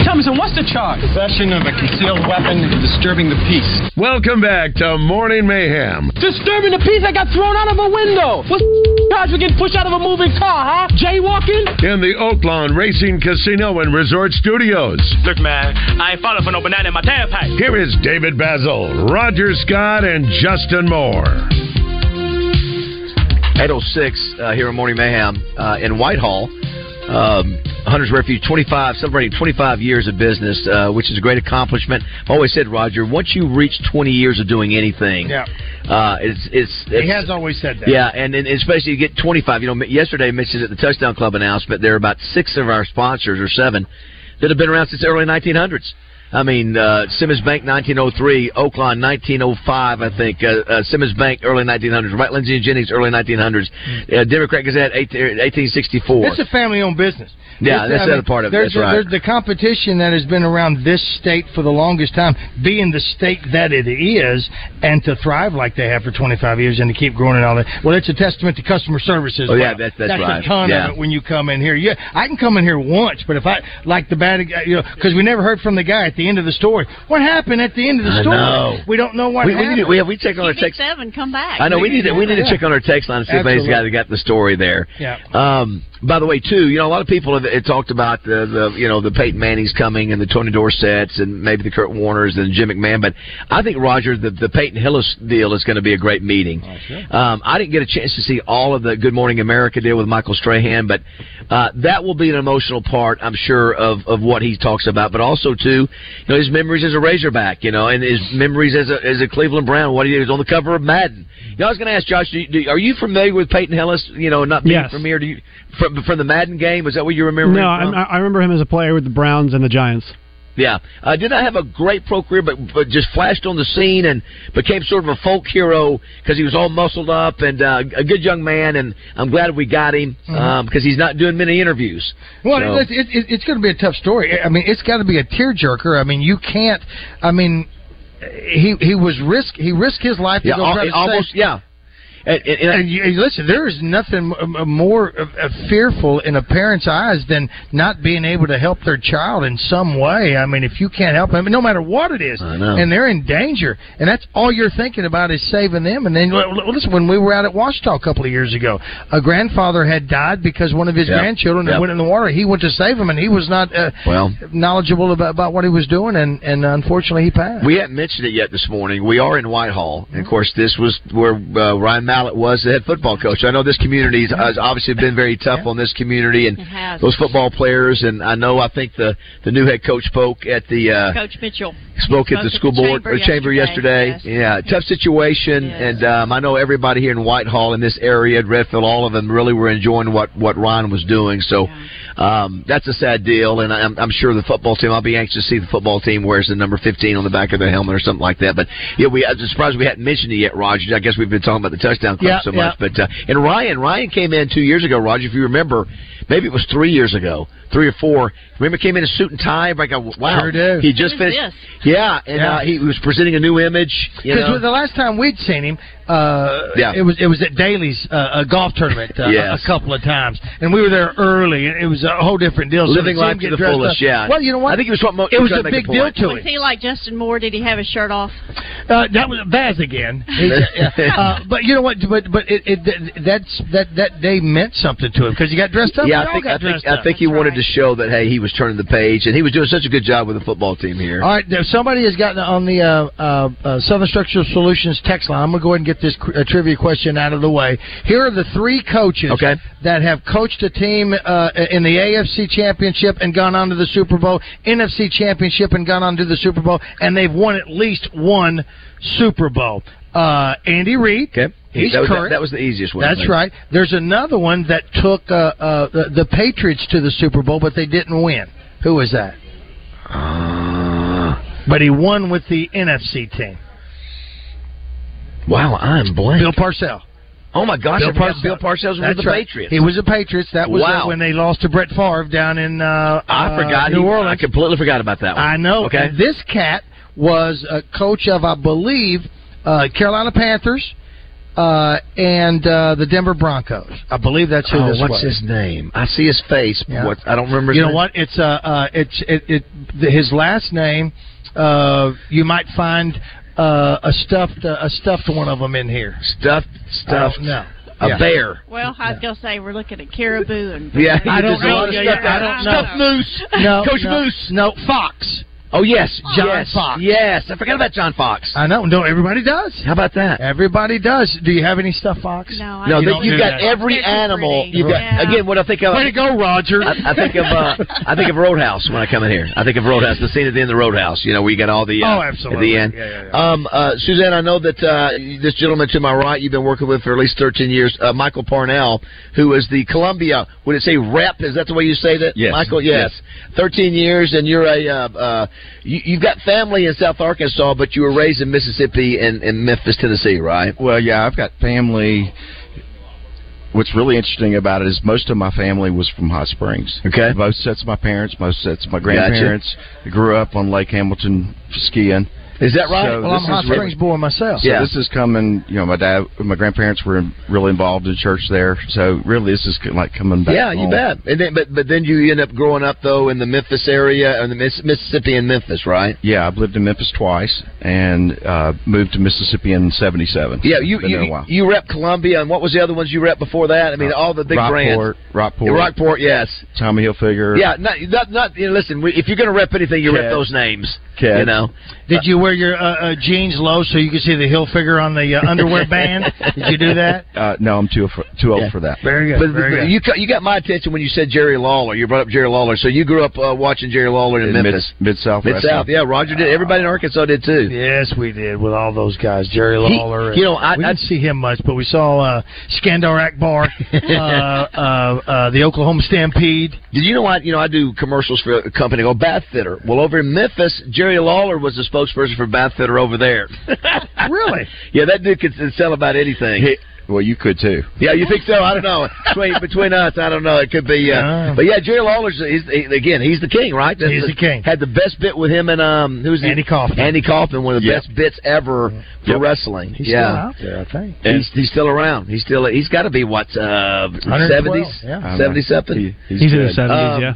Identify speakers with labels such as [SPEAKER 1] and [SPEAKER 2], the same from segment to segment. [SPEAKER 1] Thompson, what's the charge?
[SPEAKER 2] Possession of a concealed weapon and disturbing the peace.
[SPEAKER 3] Welcome back to Morning Mayhem.
[SPEAKER 1] Disturbing the peace I got thrown out of a window. What's the charge for getting pushed out of a moving car, huh? Jaywalking?
[SPEAKER 3] In the Oaklawn Racing Casino and Resort Studios,
[SPEAKER 4] Look, man, I ain't falling for no banana in my tailpipe.
[SPEAKER 3] here is David Basil, Roger Scott, and Justin Moore.
[SPEAKER 5] 806 uh, here in Morning Mayhem uh, in Whitehall. Um, Hunter's Refuge, 25, celebrating 25 years of business, uh, which is a great accomplishment. I've always said, Roger, once you reach 20 years of doing anything,
[SPEAKER 6] Yeah.
[SPEAKER 5] uh, it's, it's, it's
[SPEAKER 6] He has always said that.
[SPEAKER 5] yeah, and, and especially you get 25. You know, yesterday mentioned at the Touchdown Club announcement, there are about six of our sponsors or seven that have been around since the early 1900s. I mean, uh, Simmons Bank 1903, Oakland 1905, I think. Uh, uh, Simmons Bank early 1900s, Wright Lindsey and Jennings early 1900s. Uh, Democrat Gazette 18, 1864.
[SPEAKER 6] Hmm. It's a family-owned business.
[SPEAKER 5] Yeah,
[SPEAKER 6] It's-
[SPEAKER 5] that's
[SPEAKER 6] I
[SPEAKER 5] the
[SPEAKER 6] mean,
[SPEAKER 5] other part of it.
[SPEAKER 6] There's
[SPEAKER 5] That's right.
[SPEAKER 6] there's the competition that has been around this state for the longest time, being the state that it is, and to thrive like they have for 25 years and to keep growing and all that. Well, it's a testament to customer services.
[SPEAKER 5] Oh, yeah, that's- that's right.
[SPEAKER 6] a ton
[SPEAKER 5] Yeah.
[SPEAKER 6] of it when you come in here. Yeah, I can come in here once, but if I like the bad, uh, you know, because we never heard from the guy at the end of the story. What happened at the end of the
[SPEAKER 5] I
[SPEAKER 6] story?
[SPEAKER 5] know.
[SPEAKER 6] We don't know what
[SPEAKER 5] we, we,
[SPEAKER 6] happened.
[SPEAKER 5] need to, we, have, we check on our text.
[SPEAKER 7] seven, come back.
[SPEAKER 5] I know we need to, we need to check on our text line and see if anybody's got
[SPEAKER 6] Absolutely.
[SPEAKER 5] got the story there.
[SPEAKER 6] Yeah.
[SPEAKER 5] Um, by the way, too, you know, a lot of people have, have talked about the, the you know the Peyton Manning's coming and the Tony Dorsett's and maybe the Kurt Warner's and Jim McMahon, but I think Roger the the Peyton Hillis deal is going to be a great meeting.
[SPEAKER 6] Oh,
[SPEAKER 5] Um, I didn't get a chance to see all of the Good Morning America deal with Michael Strahan, but uh, that will be an emotional part, I'm sure, of of what he talks about, but also too, you know, his memories as a Razorback, you know, and his memories as a as a Cleveland Brown. What he was on the cover of Madden. You know, I was going to ask Josh, do you, do, are you familiar with Peyton Hillis? You know, not being
[SPEAKER 8] Yes.
[SPEAKER 5] familiar to you from from the Madden game. Is that what you remember?
[SPEAKER 8] No,
[SPEAKER 5] him
[SPEAKER 8] I'm,
[SPEAKER 5] from?
[SPEAKER 8] I I remember him as a player with the Browns and the Giants.
[SPEAKER 5] Yeah, uh, did not have a great pro career, but, but just flashed on the scene and became sort of a folk hero because he was all muscled up and uh, a good young man. And I'm glad we got him
[SPEAKER 8] Mm-hmm.
[SPEAKER 5] because he's not doing many interviews.
[SPEAKER 6] Well,
[SPEAKER 5] So-
[SPEAKER 6] it's, it, it, it's going to be a tough story. I mean, it's got to be a tearjerker. I mean, you can't. I mean, he he was risk he risked his life
[SPEAKER 5] Yeah,
[SPEAKER 6] to go
[SPEAKER 5] al-
[SPEAKER 6] grab a
[SPEAKER 5] almost-
[SPEAKER 6] sack.
[SPEAKER 5] yeah. And, and,
[SPEAKER 6] you, you listen, there is nothing m- m- more uh, uh, fearful in a parent's eyes than not being able to help their child in some way. I mean, if you can't help them, no matter what it is,
[SPEAKER 5] know.
[SPEAKER 6] and they're in danger, and that's all you're thinking about is saving them. And then, l- l- listen, when we were out at Washita a couple of years ago, a grandfather had died because one of his
[SPEAKER 5] Yep.
[SPEAKER 6] grandchildren had
[SPEAKER 5] Yep.
[SPEAKER 6] went in the water. He went to save him, and he was not uh,
[SPEAKER 5] Well.
[SPEAKER 6] knowledgeable about, about what he was doing, and, and unfortunately, he passed.
[SPEAKER 5] We haven't mentioned it yet this morning. We are in Whitehall. And of course, this was where uh, Ryan Mallett was the head football coach. I know this community has- has obviously been very tough on this community and
[SPEAKER 7] has.
[SPEAKER 5] those football players. And I know I think the the new head coach spoke at the uh,
[SPEAKER 7] Coach Mitchell.
[SPEAKER 5] spoke
[SPEAKER 7] He
[SPEAKER 5] at the school board or chamber yesterday. Yeah, tough situation, and um, I know everybody here in Whitehall in this area, Redfield, all of them really were enjoying what what Ron was doing. So um, that's a sad deal, and I'm, I'm sure the football team. I'll be anxious to see the football team wears the number 15 on the back of their helmet or something like that. But yeah, we I'm surprised we hadn't mentioned it yet, Roger. I guess we've been talking about the touchdown club
[SPEAKER 6] Yeah,
[SPEAKER 5] so much, but uh, and Ryan, Ryan came in two years ago, Roger. If you remember, maybe it was three years ago, three or four. Remember, he came in a suit and tie. Everybody go, wow,
[SPEAKER 6] Sure do.
[SPEAKER 5] he just
[SPEAKER 6] Who's
[SPEAKER 5] finished.
[SPEAKER 6] this?
[SPEAKER 5] Yeah, and Uh,
[SPEAKER 6] Yeah.
[SPEAKER 5] he was presenting a new image. You know?
[SPEAKER 6] Because the last time we'd seen him, uh,
[SPEAKER 5] Yeah.
[SPEAKER 6] it was it was at Daly's uh, a golf tournament uh,
[SPEAKER 5] Yes.
[SPEAKER 6] a couple of times, and we were there early, and it was a whole different deal.
[SPEAKER 5] Living
[SPEAKER 6] so to see
[SPEAKER 5] life
[SPEAKER 6] him
[SPEAKER 5] to
[SPEAKER 6] get
[SPEAKER 5] the
[SPEAKER 6] dressed
[SPEAKER 5] fullest,
[SPEAKER 6] up-
[SPEAKER 5] yeah.
[SPEAKER 6] Well, you know what?
[SPEAKER 5] I think he was trying to mo-
[SPEAKER 6] it was
[SPEAKER 5] trying
[SPEAKER 6] a
[SPEAKER 5] to make
[SPEAKER 6] big
[SPEAKER 5] a
[SPEAKER 6] deal
[SPEAKER 5] point.
[SPEAKER 6] to
[SPEAKER 7] Was
[SPEAKER 6] him.
[SPEAKER 7] he like Justin Moore? Did he have his shirt off?
[SPEAKER 6] Uh, that was Vaz again. He- uh, but you know what? But but it, it that- that's that that day meant something to him because he got dressed up.
[SPEAKER 5] Yeah,
[SPEAKER 6] We
[SPEAKER 5] I
[SPEAKER 6] all
[SPEAKER 5] think
[SPEAKER 6] got
[SPEAKER 5] I think,
[SPEAKER 6] dressed
[SPEAKER 5] I
[SPEAKER 6] up.
[SPEAKER 5] think he wanted to show that hey, he was turning the page, and he was doing such a good job with the football team here.
[SPEAKER 6] All right, there- somebody has gotten on the uh, uh, uh, Southern Structural Solutions text line. I'm going to go ahead and get this cr- uh, trivia question out of the way. Here are the three coaches that have coached a team uh, in the AFC Championship and gone on to the Super Bowl, NFC Championship and gone on to the Super Bowl, and they've won at least one Super Bowl. Uh, Andy Reid, he's
[SPEAKER 5] that was,
[SPEAKER 6] current.
[SPEAKER 5] That was the easiest one. I
[SPEAKER 6] That's
[SPEAKER 5] think.
[SPEAKER 6] right. There's another one that took uh, uh, the, the Patriots to the Super Bowl, but they didn't win. Who was that?
[SPEAKER 5] Uh,
[SPEAKER 6] but he won with the NFC team.
[SPEAKER 5] Wow, I'm blank.
[SPEAKER 6] Bill Parcell.
[SPEAKER 5] Oh my gosh, I forgot Bill Parcells was
[SPEAKER 6] That's
[SPEAKER 5] with the
[SPEAKER 6] right.
[SPEAKER 5] Patriots.
[SPEAKER 6] He was the Patriots. That was
[SPEAKER 5] Wow.
[SPEAKER 6] uh, when they lost to Brett Favre down in uh,
[SPEAKER 5] I
[SPEAKER 6] uh,
[SPEAKER 5] forgot.
[SPEAKER 6] New
[SPEAKER 5] he,
[SPEAKER 6] Orleans.
[SPEAKER 5] I completely forgot about that one.
[SPEAKER 6] I know.
[SPEAKER 5] Okay.
[SPEAKER 6] And this cat was a coach of, I believe, uh, Carolina Panthers, uh, and uh, the Denver Broncos. I believe that's who
[SPEAKER 5] Oh,
[SPEAKER 6] this
[SPEAKER 5] what's
[SPEAKER 6] was.
[SPEAKER 5] his name? I see his face. but
[SPEAKER 6] Yeah.
[SPEAKER 5] What I don't remember. His
[SPEAKER 6] You know
[SPEAKER 5] name.
[SPEAKER 6] what? It's uh, uh it's it, it the, his last name. Uh, you might find uh, a stuffed uh, a stuffed one of them in here.
[SPEAKER 5] Stuffed stuffed.
[SPEAKER 6] No,
[SPEAKER 5] A bear.
[SPEAKER 7] Well, I was going to say we're looking at caribou and
[SPEAKER 5] Yeah,
[SPEAKER 6] I don't
[SPEAKER 5] there's a lot of
[SPEAKER 6] know.
[SPEAKER 5] stuff
[SPEAKER 6] Yeah, I
[SPEAKER 5] there.
[SPEAKER 6] don't know.
[SPEAKER 5] Stuffed moose.
[SPEAKER 6] No,
[SPEAKER 5] Coach
[SPEAKER 6] no,
[SPEAKER 5] Moose.
[SPEAKER 6] No, Fox.
[SPEAKER 5] Oh yes,
[SPEAKER 6] John
[SPEAKER 5] yes,
[SPEAKER 6] Fox.
[SPEAKER 5] Yes, I forgot about John Fox.
[SPEAKER 6] I know. No, everybody does.
[SPEAKER 5] How about that?
[SPEAKER 6] Everybody does. Do you have any stuff, Fox?
[SPEAKER 7] no, I
[SPEAKER 5] No,
[SPEAKER 7] don't
[SPEAKER 5] that
[SPEAKER 7] know.
[SPEAKER 5] you've
[SPEAKER 6] do
[SPEAKER 5] got
[SPEAKER 6] that.
[SPEAKER 5] every
[SPEAKER 7] They're
[SPEAKER 5] animal.
[SPEAKER 7] pretty.
[SPEAKER 5] You've got
[SPEAKER 7] Yeah.
[SPEAKER 5] again. What I think of.
[SPEAKER 6] Way to go, Roger.
[SPEAKER 5] I, I think of uh, I think of Roadhouse when I come in here. I think of Roadhouse. The scene at the end of Roadhouse. You know, we got all the uh,
[SPEAKER 6] Oh, absolutely.
[SPEAKER 5] at the end.
[SPEAKER 6] Yeah, yeah,
[SPEAKER 5] Um, uh, Suzanne, I know that uh, this gentleman to my right you've been working with for at least thirteen years, uh, Michael Parnell, who is the Columbia. Would it say rep? Is that the way you say that?
[SPEAKER 9] Yes.
[SPEAKER 5] Michael. Yes. Thirteen years, and you're a uh, uh, you, you've got family in South Arkansas, but you were raised in Mississippi and in Memphis, Tennessee, right?
[SPEAKER 9] Well, yeah, I've got family. What's really interesting about it is most of my family was from Hot Springs.
[SPEAKER 5] Okay.
[SPEAKER 9] Both sets of my parents, most sets of my
[SPEAKER 5] Gotcha.
[SPEAKER 9] grandparents. I grew up on Lake Hamilton skiing.
[SPEAKER 5] Is that right?
[SPEAKER 9] So
[SPEAKER 6] well, I'm
[SPEAKER 9] this
[SPEAKER 6] a
[SPEAKER 9] is
[SPEAKER 6] Hot
[SPEAKER 9] really-
[SPEAKER 6] Springs boy myself.
[SPEAKER 9] So
[SPEAKER 5] Yeah.
[SPEAKER 9] this is coming. You know, my dad, my grandparents were really involved in church there. So really, this is like coming back.
[SPEAKER 5] Yeah, you
[SPEAKER 9] home.
[SPEAKER 5] bet. And then, but but then you end up growing up though in the Memphis area, and the Miss, Mississippi and Memphis, right?
[SPEAKER 9] Yeah, I've lived in Memphis twice and uh, moved to Mississippi in '77.
[SPEAKER 5] Yeah, you
[SPEAKER 9] Been there a
[SPEAKER 5] you,
[SPEAKER 9] while.
[SPEAKER 5] you rep Columbia, and what was the other ones you rep before that? I mean, all the big brands.
[SPEAKER 9] Rockport, Rockport,
[SPEAKER 5] Yeah, Rockport, yes.
[SPEAKER 9] Tommy Hilfiger.
[SPEAKER 5] Yeah, not not, not you know, listen. we- If you're going to rep anything, you rep
[SPEAKER 9] Keds.
[SPEAKER 5] those names. You
[SPEAKER 9] Keds.
[SPEAKER 5] know,
[SPEAKER 6] Did you wear your uh, uh, jeans low so you could see the heel figure on the uh, underwear band? Did you do that?
[SPEAKER 9] Uh, no, I'm too af- too old
[SPEAKER 5] Yeah.
[SPEAKER 9] for that.
[SPEAKER 6] Very good.
[SPEAKER 5] but,
[SPEAKER 6] very
[SPEAKER 5] but
[SPEAKER 6] good.
[SPEAKER 5] you ca- you got my attention when you said Jerry Lawler. You brought up Jerry Lawler, so you grew up uh, watching Jerry Lawler in, Memphis,
[SPEAKER 9] Mid South.
[SPEAKER 5] Mid South. Yeah, Roger did. Everybody in Arkansas did too.
[SPEAKER 6] Uh, Yes, we did with all those guys, Jerry Lawler. and-
[SPEAKER 5] you know, I-
[SPEAKER 6] we
[SPEAKER 5] I-
[SPEAKER 6] didn't see him much, but we saw uh, Skandar Akbar, uh, uh, uh, the Oklahoma Stampede.
[SPEAKER 5] Did you know I you know I do commercials for a company called Bath Fitter? Well, over in Memphis, Jerry Lawler was the spokesperson for Bath Fitter over there.
[SPEAKER 6] Really?
[SPEAKER 5] yeah, that dude could sell about anything.
[SPEAKER 9] Well, you could too.
[SPEAKER 5] Yeah, you think so? I don't know. Between, between us, I don't know. It could be. Uh,
[SPEAKER 6] Yeah.
[SPEAKER 5] But yeah, Jerry Lawler's he's, he, again. He's the king, right? That's
[SPEAKER 6] Oh. He's the king.
[SPEAKER 5] Had the best bit with him and um, who's
[SPEAKER 6] Andy Kaufman.
[SPEAKER 5] Andy Kaufman, one of the
[SPEAKER 9] Yep.
[SPEAKER 5] best bits ever for
[SPEAKER 9] Yep.
[SPEAKER 5] wrestling.
[SPEAKER 6] He's still
[SPEAKER 5] yeah.
[SPEAKER 6] out there, I think.
[SPEAKER 9] And-
[SPEAKER 5] He's, he's still around. He's still he's got to be what uh,
[SPEAKER 6] 112,
[SPEAKER 5] seventies,
[SPEAKER 6] yeah.
[SPEAKER 9] I don't know.
[SPEAKER 5] seventy something.
[SPEAKER 9] He- he's
[SPEAKER 8] He's in
[SPEAKER 9] dead.
[SPEAKER 8] his 70s,
[SPEAKER 5] Um,
[SPEAKER 8] yeah.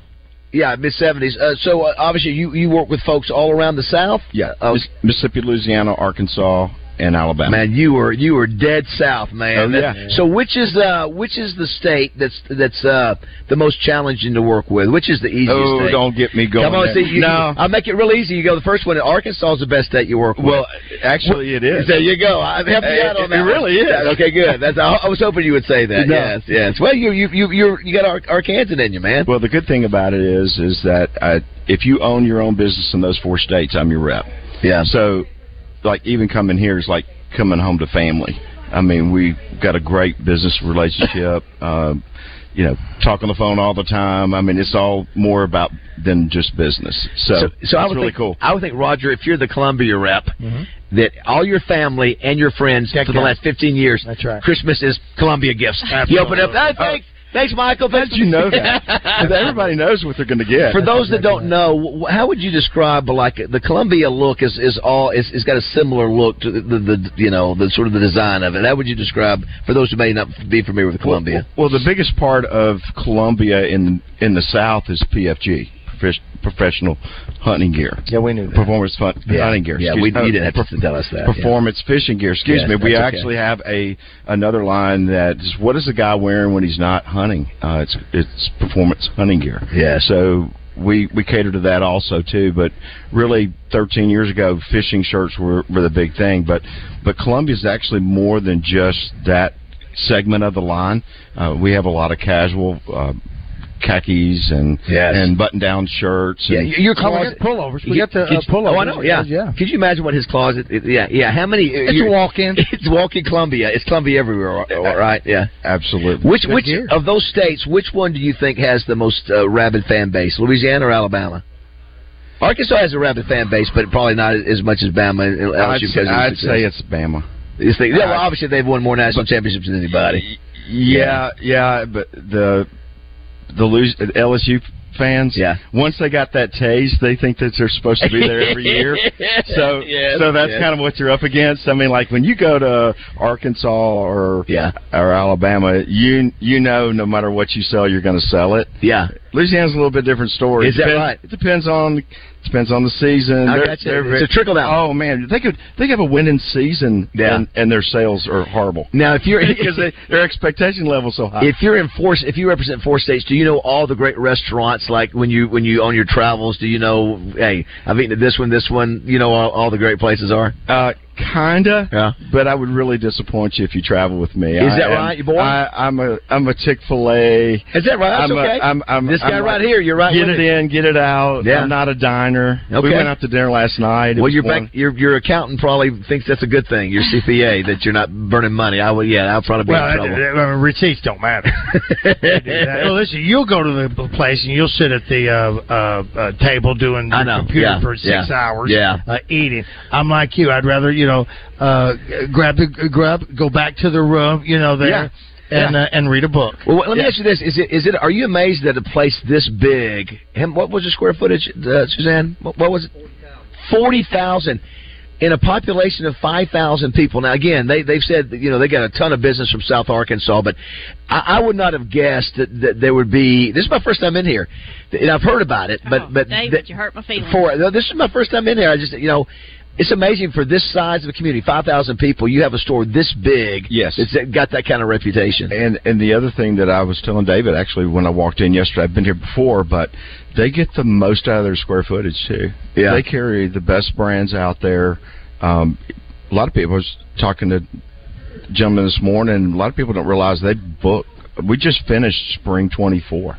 [SPEAKER 5] Yeah, mid seventies. Uh, so uh, obviously, you you work with folks all around the South.
[SPEAKER 9] Yeah,
[SPEAKER 5] Uh,
[SPEAKER 9] Miss- Mississippi, Louisiana, Arkansas, and Alabama.
[SPEAKER 5] man, you were you were dead South, man.
[SPEAKER 9] Oh, yeah.
[SPEAKER 5] So which is uh which is the state that's that's uh the most challenging to work with? Which is the easiest?
[SPEAKER 9] oh,
[SPEAKER 5] state?
[SPEAKER 9] don't get me going.
[SPEAKER 5] Come on,
[SPEAKER 9] there.
[SPEAKER 5] see, you,
[SPEAKER 9] no.
[SPEAKER 5] I'll make it real easy. You go the first one. Arkansas is the best state you work with.
[SPEAKER 9] Well, actually, it is.
[SPEAKER 5] There you go. I helped you out on
[SPEAKER 9] It-
[SPEAKER 5] that.
[SPEAKER 9] it
[SPEAKER 5] one.
[SPEAKER 9] really is.
[SPEAKER 5] Okay, good. That's. I I was hoping you would say that.
[SPEAKER 9] No.
[SPEAKER 5] Yes, yes. Well, you you you you're, you got Ar- Arkansan in you, man.
[SPEAKER 9] Well, the good thing about it is, is that I, if you own your own business in those four states, I'm your rep.
[SPEAKER 5] Yeah.
[SPEAKER 9] So, like, even coming here is like coming home to family. I mean, we got a great business relationship. um, you know, talk on the phone all the time. I mean, it's all more about than just business. So,
[SPEAKER 5] I
[SPEAKER 9] that's
[SPEAKER 5] would
[SPEAKER 9] really
[SPEAKER 5] think,
[SPEAKER 9] cool. Mm-hmm.
[SPEAKER 5] I would think, Roger, if you're the Columbia representative that all your family and your friends for the
[SPEAKER 6] yeah.
[SPEAKER 5] last 15 years,
[SPEAKER 6] That's right.
[SPEAKER 5] Christmas is Columbia gifts. You open up, "Ah,
[SPEAKER 9] Oh,
[SPEAKER 6] Uh,
[SPEAKER 5] thanks, thanks, Michael. Thanks
[SPEAKER 9] you know that. 'Cause everybody knows what they're going to get.
[SPEAKER 5] For those that don't know, wh- how would you describe like the Columbia look? Is is all? Is, it's got a similar look to the, the, the you know the sort of the design of it. How would you describe for those who may not be familiar with Columbia?
[SPEAKER 9] Well, the biggest part of Columbia in in the South is PFG, profes- professional hunting gear.
[SPEAKER 6] Yeah, we knew that.
[SPEAKER 9] Performance fun- hunting gear.
[SPEAKER 5] Yeah,
[SPEAKER 9] excuse-
[SPEAKER 5] we,
[SPEAKER 9] uh,
[SPEAKER 5] you didn't have to tell us that. yeah.
[SPEAKER 9] Performance fishing gear. Excuse
[SPEAKER 5] Yeah,
[SPEAKER 9] me. We
[SPEAKER 5] that's okay.
[SPEAKER 9] actually have a another line that is what is the guy wearing when he's not hunting? Uh, it's it's performance hunting gear.
[SPEAKER 5] Yeah.
[SPEAKER 9] So we we cater to that also too. But really, 13 years ago, fishing shirts were were the big thing. But but Columbia's actually more than just that segment of the line. Uh, we have a lot of casual. Uh, khakis and
[SPEAKER 5] Yes.
[SPEAKER 9] and button down shirts
[SPEAKER 5] Yeah,
[SPEAKER 9] and
[SPEAKER 5] y- your
[SPEAKER 6] Oh, we
[SPEAKER 5] closet.
[SPEAKER 6] got pullovers. We
[SPEAKER 5] You-
[SPEAKER 6] got the
[SPEAKER 5] could
[SPEAKER 6] uh,
[SPEAKER 5] you-
[SPEAKER 6] pullovers.
[SPEAKER 5] Oh, I know. Yeah.
[SPEAKER 6] yeah.
[SPEAKER 5] Could you imagine what his closet? Is? Yeah, yeah. How many? uh,
[SPEAKER 6] It's a walk-in.
[SPEAKER 5] It's walking Columbia. It's Columbia everywhere, all right? Yeah.
[SPEAKER 9] absolutely
[SPEAKER 5] Which which
[SPEAKER 6] gear.
[SPEAKER 5] of those states? Which one do you think has the most uh, rabid fan base? Louisiana or Alabama? Arkansas has a rabid fan base, but probably not as much as Bama and LSU
[SPEAKER 9] I'd,
[SPEAKER 5] because of
[SPEAKER 9] say,
[SPEAKER 5] the
[SPEAKER 9] I'd
[SPEAKER 5] success.
[SPEAKER 9] say it's Bama
[SPEAKER 5] You think- yeah, well,
[SPEAKER 9] I'd-
[SPEAKER 5] obviously they've won more national championships than anybody.
[SPEAKER 9] Y- Yeah, yeah, but the the Lu- LSU fans. Yeah. Once they got that taste, they think that they're supposed to be there every year. So
[SPEAKER 5] Yes,
[SPEAKER 9] so that's
[SPEAKER 5] yes.
[SPEAKER 9] kind of what you're up against. I mean, like when you go to Arkansas or
[SPEAKER 5] yeah.
[SPEAKER 9] or Alabama, you you know no matter what you sell, you're going to sell it.
[SPEAKER 5] Yeah.
[SPEAKER 9] Louisiana's a little bit different story.
[SPEAKER 5] Is that
[SPEAKER 9] Depends-
[SPEAKER 5] right?
[SPEAKER 9] It depends on depends on the season.
[SPEAKER 5] I
[SPEAKER 9] They're-
[SPEAKER 5] gotcha.
[SPEAKER 9] they're very-
[SPEAKER 5] It's a trickle down.
[SPEAKER 9] Oh man, they could they could have a winning season,
[SPEAKER 5] Yeah.
[SPEAKER 9] and, and their sales are horrible.
[SPEAKER 5] Now, if you're
[SPEAKER 9] because they, their expectation level's so high.
[SPEAKER 5] If you're in four, if you represent four states, do you know all the great restaurants? Like when you when you on your travels, do you know? Hey, I've eaten at this one, this one. You know all, all the great places are.
[SPEAKER 9] Uh, kinda.
[SPEAKER 5] Yeah.
[SPEAKER 9] But I would really disappoint you if you travel with me.
[SPEAKER 5] Is
[SPEAKER 9] I
[SPEAKER 5] that
[SPEAKER 9] am-
[SPEAKER 5] right, you boy?
[SPEAKER 9] I, I'm a I'm a Chick Fil A.
[SPEAKER 5] Is that right? That's
[SPEAKER 9] I'm a-
[SPEAKER 5] okay.
[SPEAKER 9] I'm- I'm-
[SPEAKER 5] This
[SPEAKER 9] I'm
[SPEAKER 5] guy
[SPEAKER 9] like,
[SPEAKER 5] right here, you're right
[SPEAKER 9] Get
[SPEAKER 5] with
[SPEAKER 9] it in, get it out.
[SPEAKER 5] Yeah.
[SPEAKER 9] I'm not a diner.
[SPEAKER 5] Okay.
[SPEAKER 9] We went out to dinner last night. It
[SPEAKER 5] Well,
[SPEAKER 9] was
[SPEAKER 5] your
[SPEAKER 9] one-
[SPEAKER 5] back, your your accountant probably thinks that's a good thing. Your CPA that you're not burning money. I would, yeah, I'll probably be
[SPEAKER 6] Well,
[SPEAKER 5] in
[SPEAKER 6] uh,
[SPEAKER 5] trouble.
[SPEAKER 6] uh, receipts don't matter. They do that. well, listen, you'll go to the place and you'll sit at the uh, uh, uh, table doing
[SPEAKER 5] I
[SPEAKER 6] the
[SPEAKER 5] know.
[SPEAKER 6] computer
[SPEAKER 5] Yeah.
[SPEAKER 6] for six
[SPEAKER 5] Yeah.
[SPEAKER 6] hours,
[SPEAKER 5] Yeah.
[SPEAKER 6] uh, eating. I'm like you. I'd rather you know uh, grab the grub, go back to the room, you know, there,
[SPEAKER 5] Yeah.
[SPEAKER 6] and Uh, and read a book.
[SPEAKER 5] Well, let me ask you this: Is it is it? Are you amazed that a place this big? Him, what was the square footage, uh, Suzanne? What, what was it? Forty thousand in a population of five thousand people. Now, again, they they've said that, you know they got a ton of business from South Arkansas, but I, I would not have guessed that, that there would be. This is my first time in here, and I've heard about it, but but
[SPEAKER 7] Oh, David,
[SPEAKER 5] that-
[SPEAKER 7] you hurt my feelings.
[SPEAKER 5] for no, this is my first time in there. I just you know. It's amazing for this size of a community, five thousand people. You have a store this big.
[SPEAKER 9] Yes.
[SPEAKER 5] it's got that kind of reputation.
[SPEAKER 9] And and the other thing that I was telling David actually when I walked in yesterday, I've been here before, but they get the most out of their square footage too.
[SPEAKER 5] Yeah.
[SPEAKER 9] They carry the best brands out there. Um, a lot of people I was talking to a gentleman this morning. A lot of people don't realize they book. We just finished spring twenty four.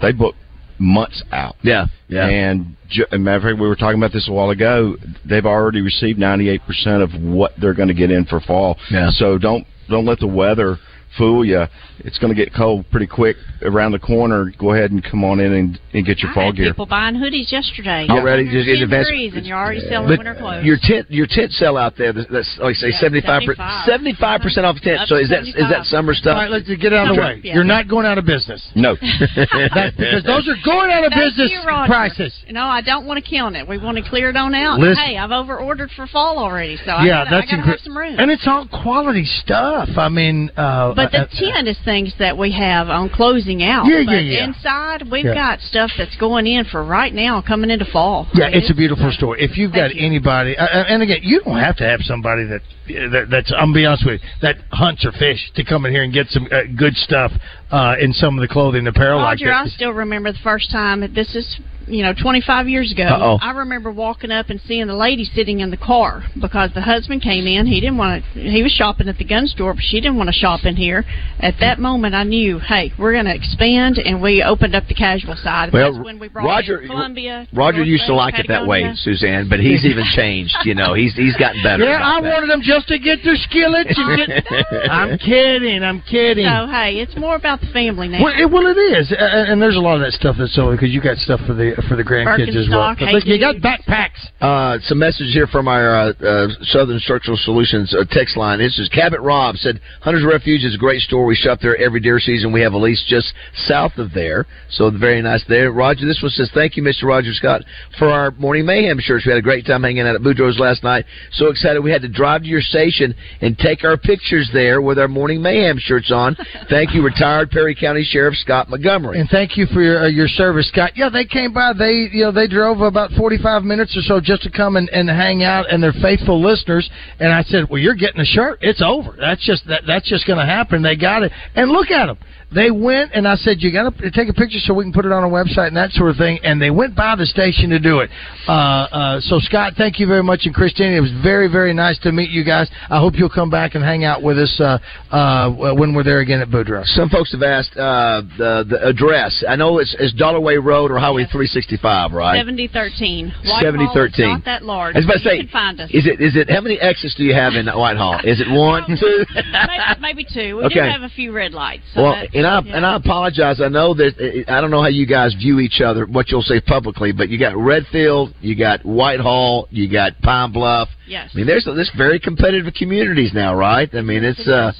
[SPEAKER 9] They book months out.
[SPEAKER 5] Yeah, yeah.
[SPEAKER 9] And ju- and matter of fact, we were talking about this a while ago. They've already received 98% of what they're going to get in for fall.
[SPEAKER 5] Yeah.
[SPEAKER 9] So don't don't let the weather fool you. It's going to get cold pretty quick around the corner. Go ahead and come on in and, and get your
[SPEAKER 7] I
[SPEAKER 9] fall
[SPEAKER 7] had
[SPEAKER 9] gear.
[SPEAKER 7] people buying hoodies yesterday.
[SPEAKER 5] Already,
[SPEAKER 7] It's
[SPEAKER 5] just in
[SPEAKER 7] 110
[SPEAKER 5] advance-
[SPEAKER 7] degrees, and you're already selling
[SPEAKER 5] But
[SPEAKER 7] winter clothes.
[SPEAKER 5] your tent, your tent sell out there. That's that's, like say
[SPEAKER 7] Yeah,
[SPEAKER 5] seventy five
[SPEAKER 7] 75.
[SPEAKER 5] seventy five percent off tent.
[SPEAKER 7] Up
[SPEAKER 5] So
[SPEAKER 7] to
[SPEAKER 5] is that is
[SPEAKER 7] 75.
[SPEAKER 5] that summer
[SPEAKER 6] All
[SPEAKER 5] stuff?
[SPEAKER 6] right, let's get it out of the way.
[SPEAKER 7] Yeah.
[SPEAKER 6] You're not going out of business.
[SPEAKER 9] No.
[SPEAKER 6] That's because those are going out of
[SPEAKER 7] Thank
[SPEAKER 6] business
[SPEAKER 7] you, Roger.
[SPEAKER 6] prices.
[SPEAKER 7] No, I don't want to count it. We want to clear it on out. And
[SPEAKER 6] Listen-
[SPEAKER 7] hey, I've over ordered for fall already, so I
[SPEAKER 6] yeah,
[SPEAKER 7] gotta,
[SPEAKER 6] that's
[SPEAKER 7] I gotta
[SPEAKER 6] incre-
[SPEAKER 7] have some room.
[SPEAKER 6] and it's all quality stuff. I mean, uh,
[SPEAKER 7] But
[SPEAKER 6] uh,
[SPEAKER 7] the tent is things that we have on closing out.
[SPEAKER 6] Yeah, yeah,
[SPEAKER 7] But
[SPEAKER 6] yeah.
[SPEAKER 7] Inside, we've
[SPEAKER 6] Yeah.
[SPEAKER 7] got stuff that's going in for right now, coming into fall.
[SPEAKER 6] Yeah,
[SPEAKER 7] I mean,
[SPEAKER 6] it's a beautiful story. If you've got anybody, uh, uh, and again, you don't have to have somebody that, that that's. I'm gonna be honest with you, that hunts or fish to come in here and get some uh, good stuff uh, in some of the clothing and apparel
[SPEAKER 7] Roger, I
[SPEAKER 6] like this.
[SPEAKER 7] still remember the first time. This is, you know, 25 years ago.
[SPEAKER 6] Uh-oh.
[SPEAKER 7] I remember walking up and seeing the lady sitting in the car because the husband came in. He didn't want to. He was shopping at the gun store, but she didn't want to shop in here. At that moment, I knew, hey, we're going to expand, and we opened up the casual side. And
[SPEAKER 5] Well,
[SPEAKER 7] that's when we brought
[SPEAKER 5] Roger-
[SPEAKER 7] in Columbia.
[SPEAKER 5] Roger
[SPEAKER 7] North
[SPEAKER 5] used to
[SPEAKER 7] Bay,
[SPEAKER 5] like it that way,
[SPEAKER 7] Patagonia.
[SPEAKER 5] Suzanne, but he's even changed. You know, he's he's gotten better.
[SPEAKER 6] Yeah, I
[SPEAKER 5] about that.
[SPEAKER 6] wanted them just to get their skillets and get. I'm kidding. I'm kidding.
[SPEAKER 7] So hey, it's more about the family now.
[SPEAKER 6] Well it, well, it is, uh, and there's a lot of that stuff that's sold because you got stuff for the for the grandkids as well.
[SPEAKER 7] Birkenstock,
[SPEAKER 6] But look, you got
[SPEAKER 7] Hey-Dudes.
[SPEAKER 6] backpacks.
[SPEAKER 5] Uh, some message here from our uh, uh, Southern Structural Solutions uh, text line. This is Cabot Rob said, Hunter's Refuge is a great store. We shop there every deer season. We have a lease just south of there. So very nice there. Roger, this one says, thank you, Mr. Roger Scott, for our Morning Mayhem shirts. We had a great time hanging out at Boudreaux's last night. So excited. We had to drive to your station and take our pictures there with our Morning Mayhem shirts on. Thank you, retired Perry County Sheriff Scott Montgomery.
[SPEAKER 6] And thank you for your uh, your service, Scott. Yeah, they came by. They you know they drove about forty five minutes or so just to come and, and hang out, and they're faithful listeners. And I said, "Well, you're getting a shirt. It's over. That's just that that's just going to happen." They got it, and look at them. They went, and I said, "You got to take a picture so we can put it on our website and that sort of thing." And they went by the station to do it. Uh, uh, so, Scott, thank you very much, and Christine, it was very very nice to meet you guys. I hope you'll come back and hang out with us uh, uh, when we're there again at Boudreaux.
[SPEAKER 5] Some folks have asked uh, the the address. I know it's, it's Dollarway Road or Highway 365, right?
[SPEAKER 7] 7013. Whitehall is
[SPEAKER 5] 7013.
[SPEAKER 7] Not that large.
[SPEAKER 5] I was about to
[SPEAKER 7] but
[SPEAKER 5] say,
[SPEAKER 7] you can find us.
[SPEAKER 5] is it is it how many exits do you have in Whitehall? Is it one, two?
[SPEAKER 7] maybe, maybe two. We do
[SPEAKER 5] Okay.
[SPEAKER 7] have a few red lights. So
[SPEAKER 5] well,
[SPEAKER 7] that's-
[SPEAKER 5] and I
[SPEAKER 7] yeah.
[SPEAKER 5] and I apologize. I know that uh, I don't know how you guys view each other, what you'll say publicly, but you got Redfield, you got Whitehall, you got Pine Bluff.
[SPEAKER 7] Yes.
[SPEAKER 5] I mean, there's this very competitive communities now, right? I mean, it's uh,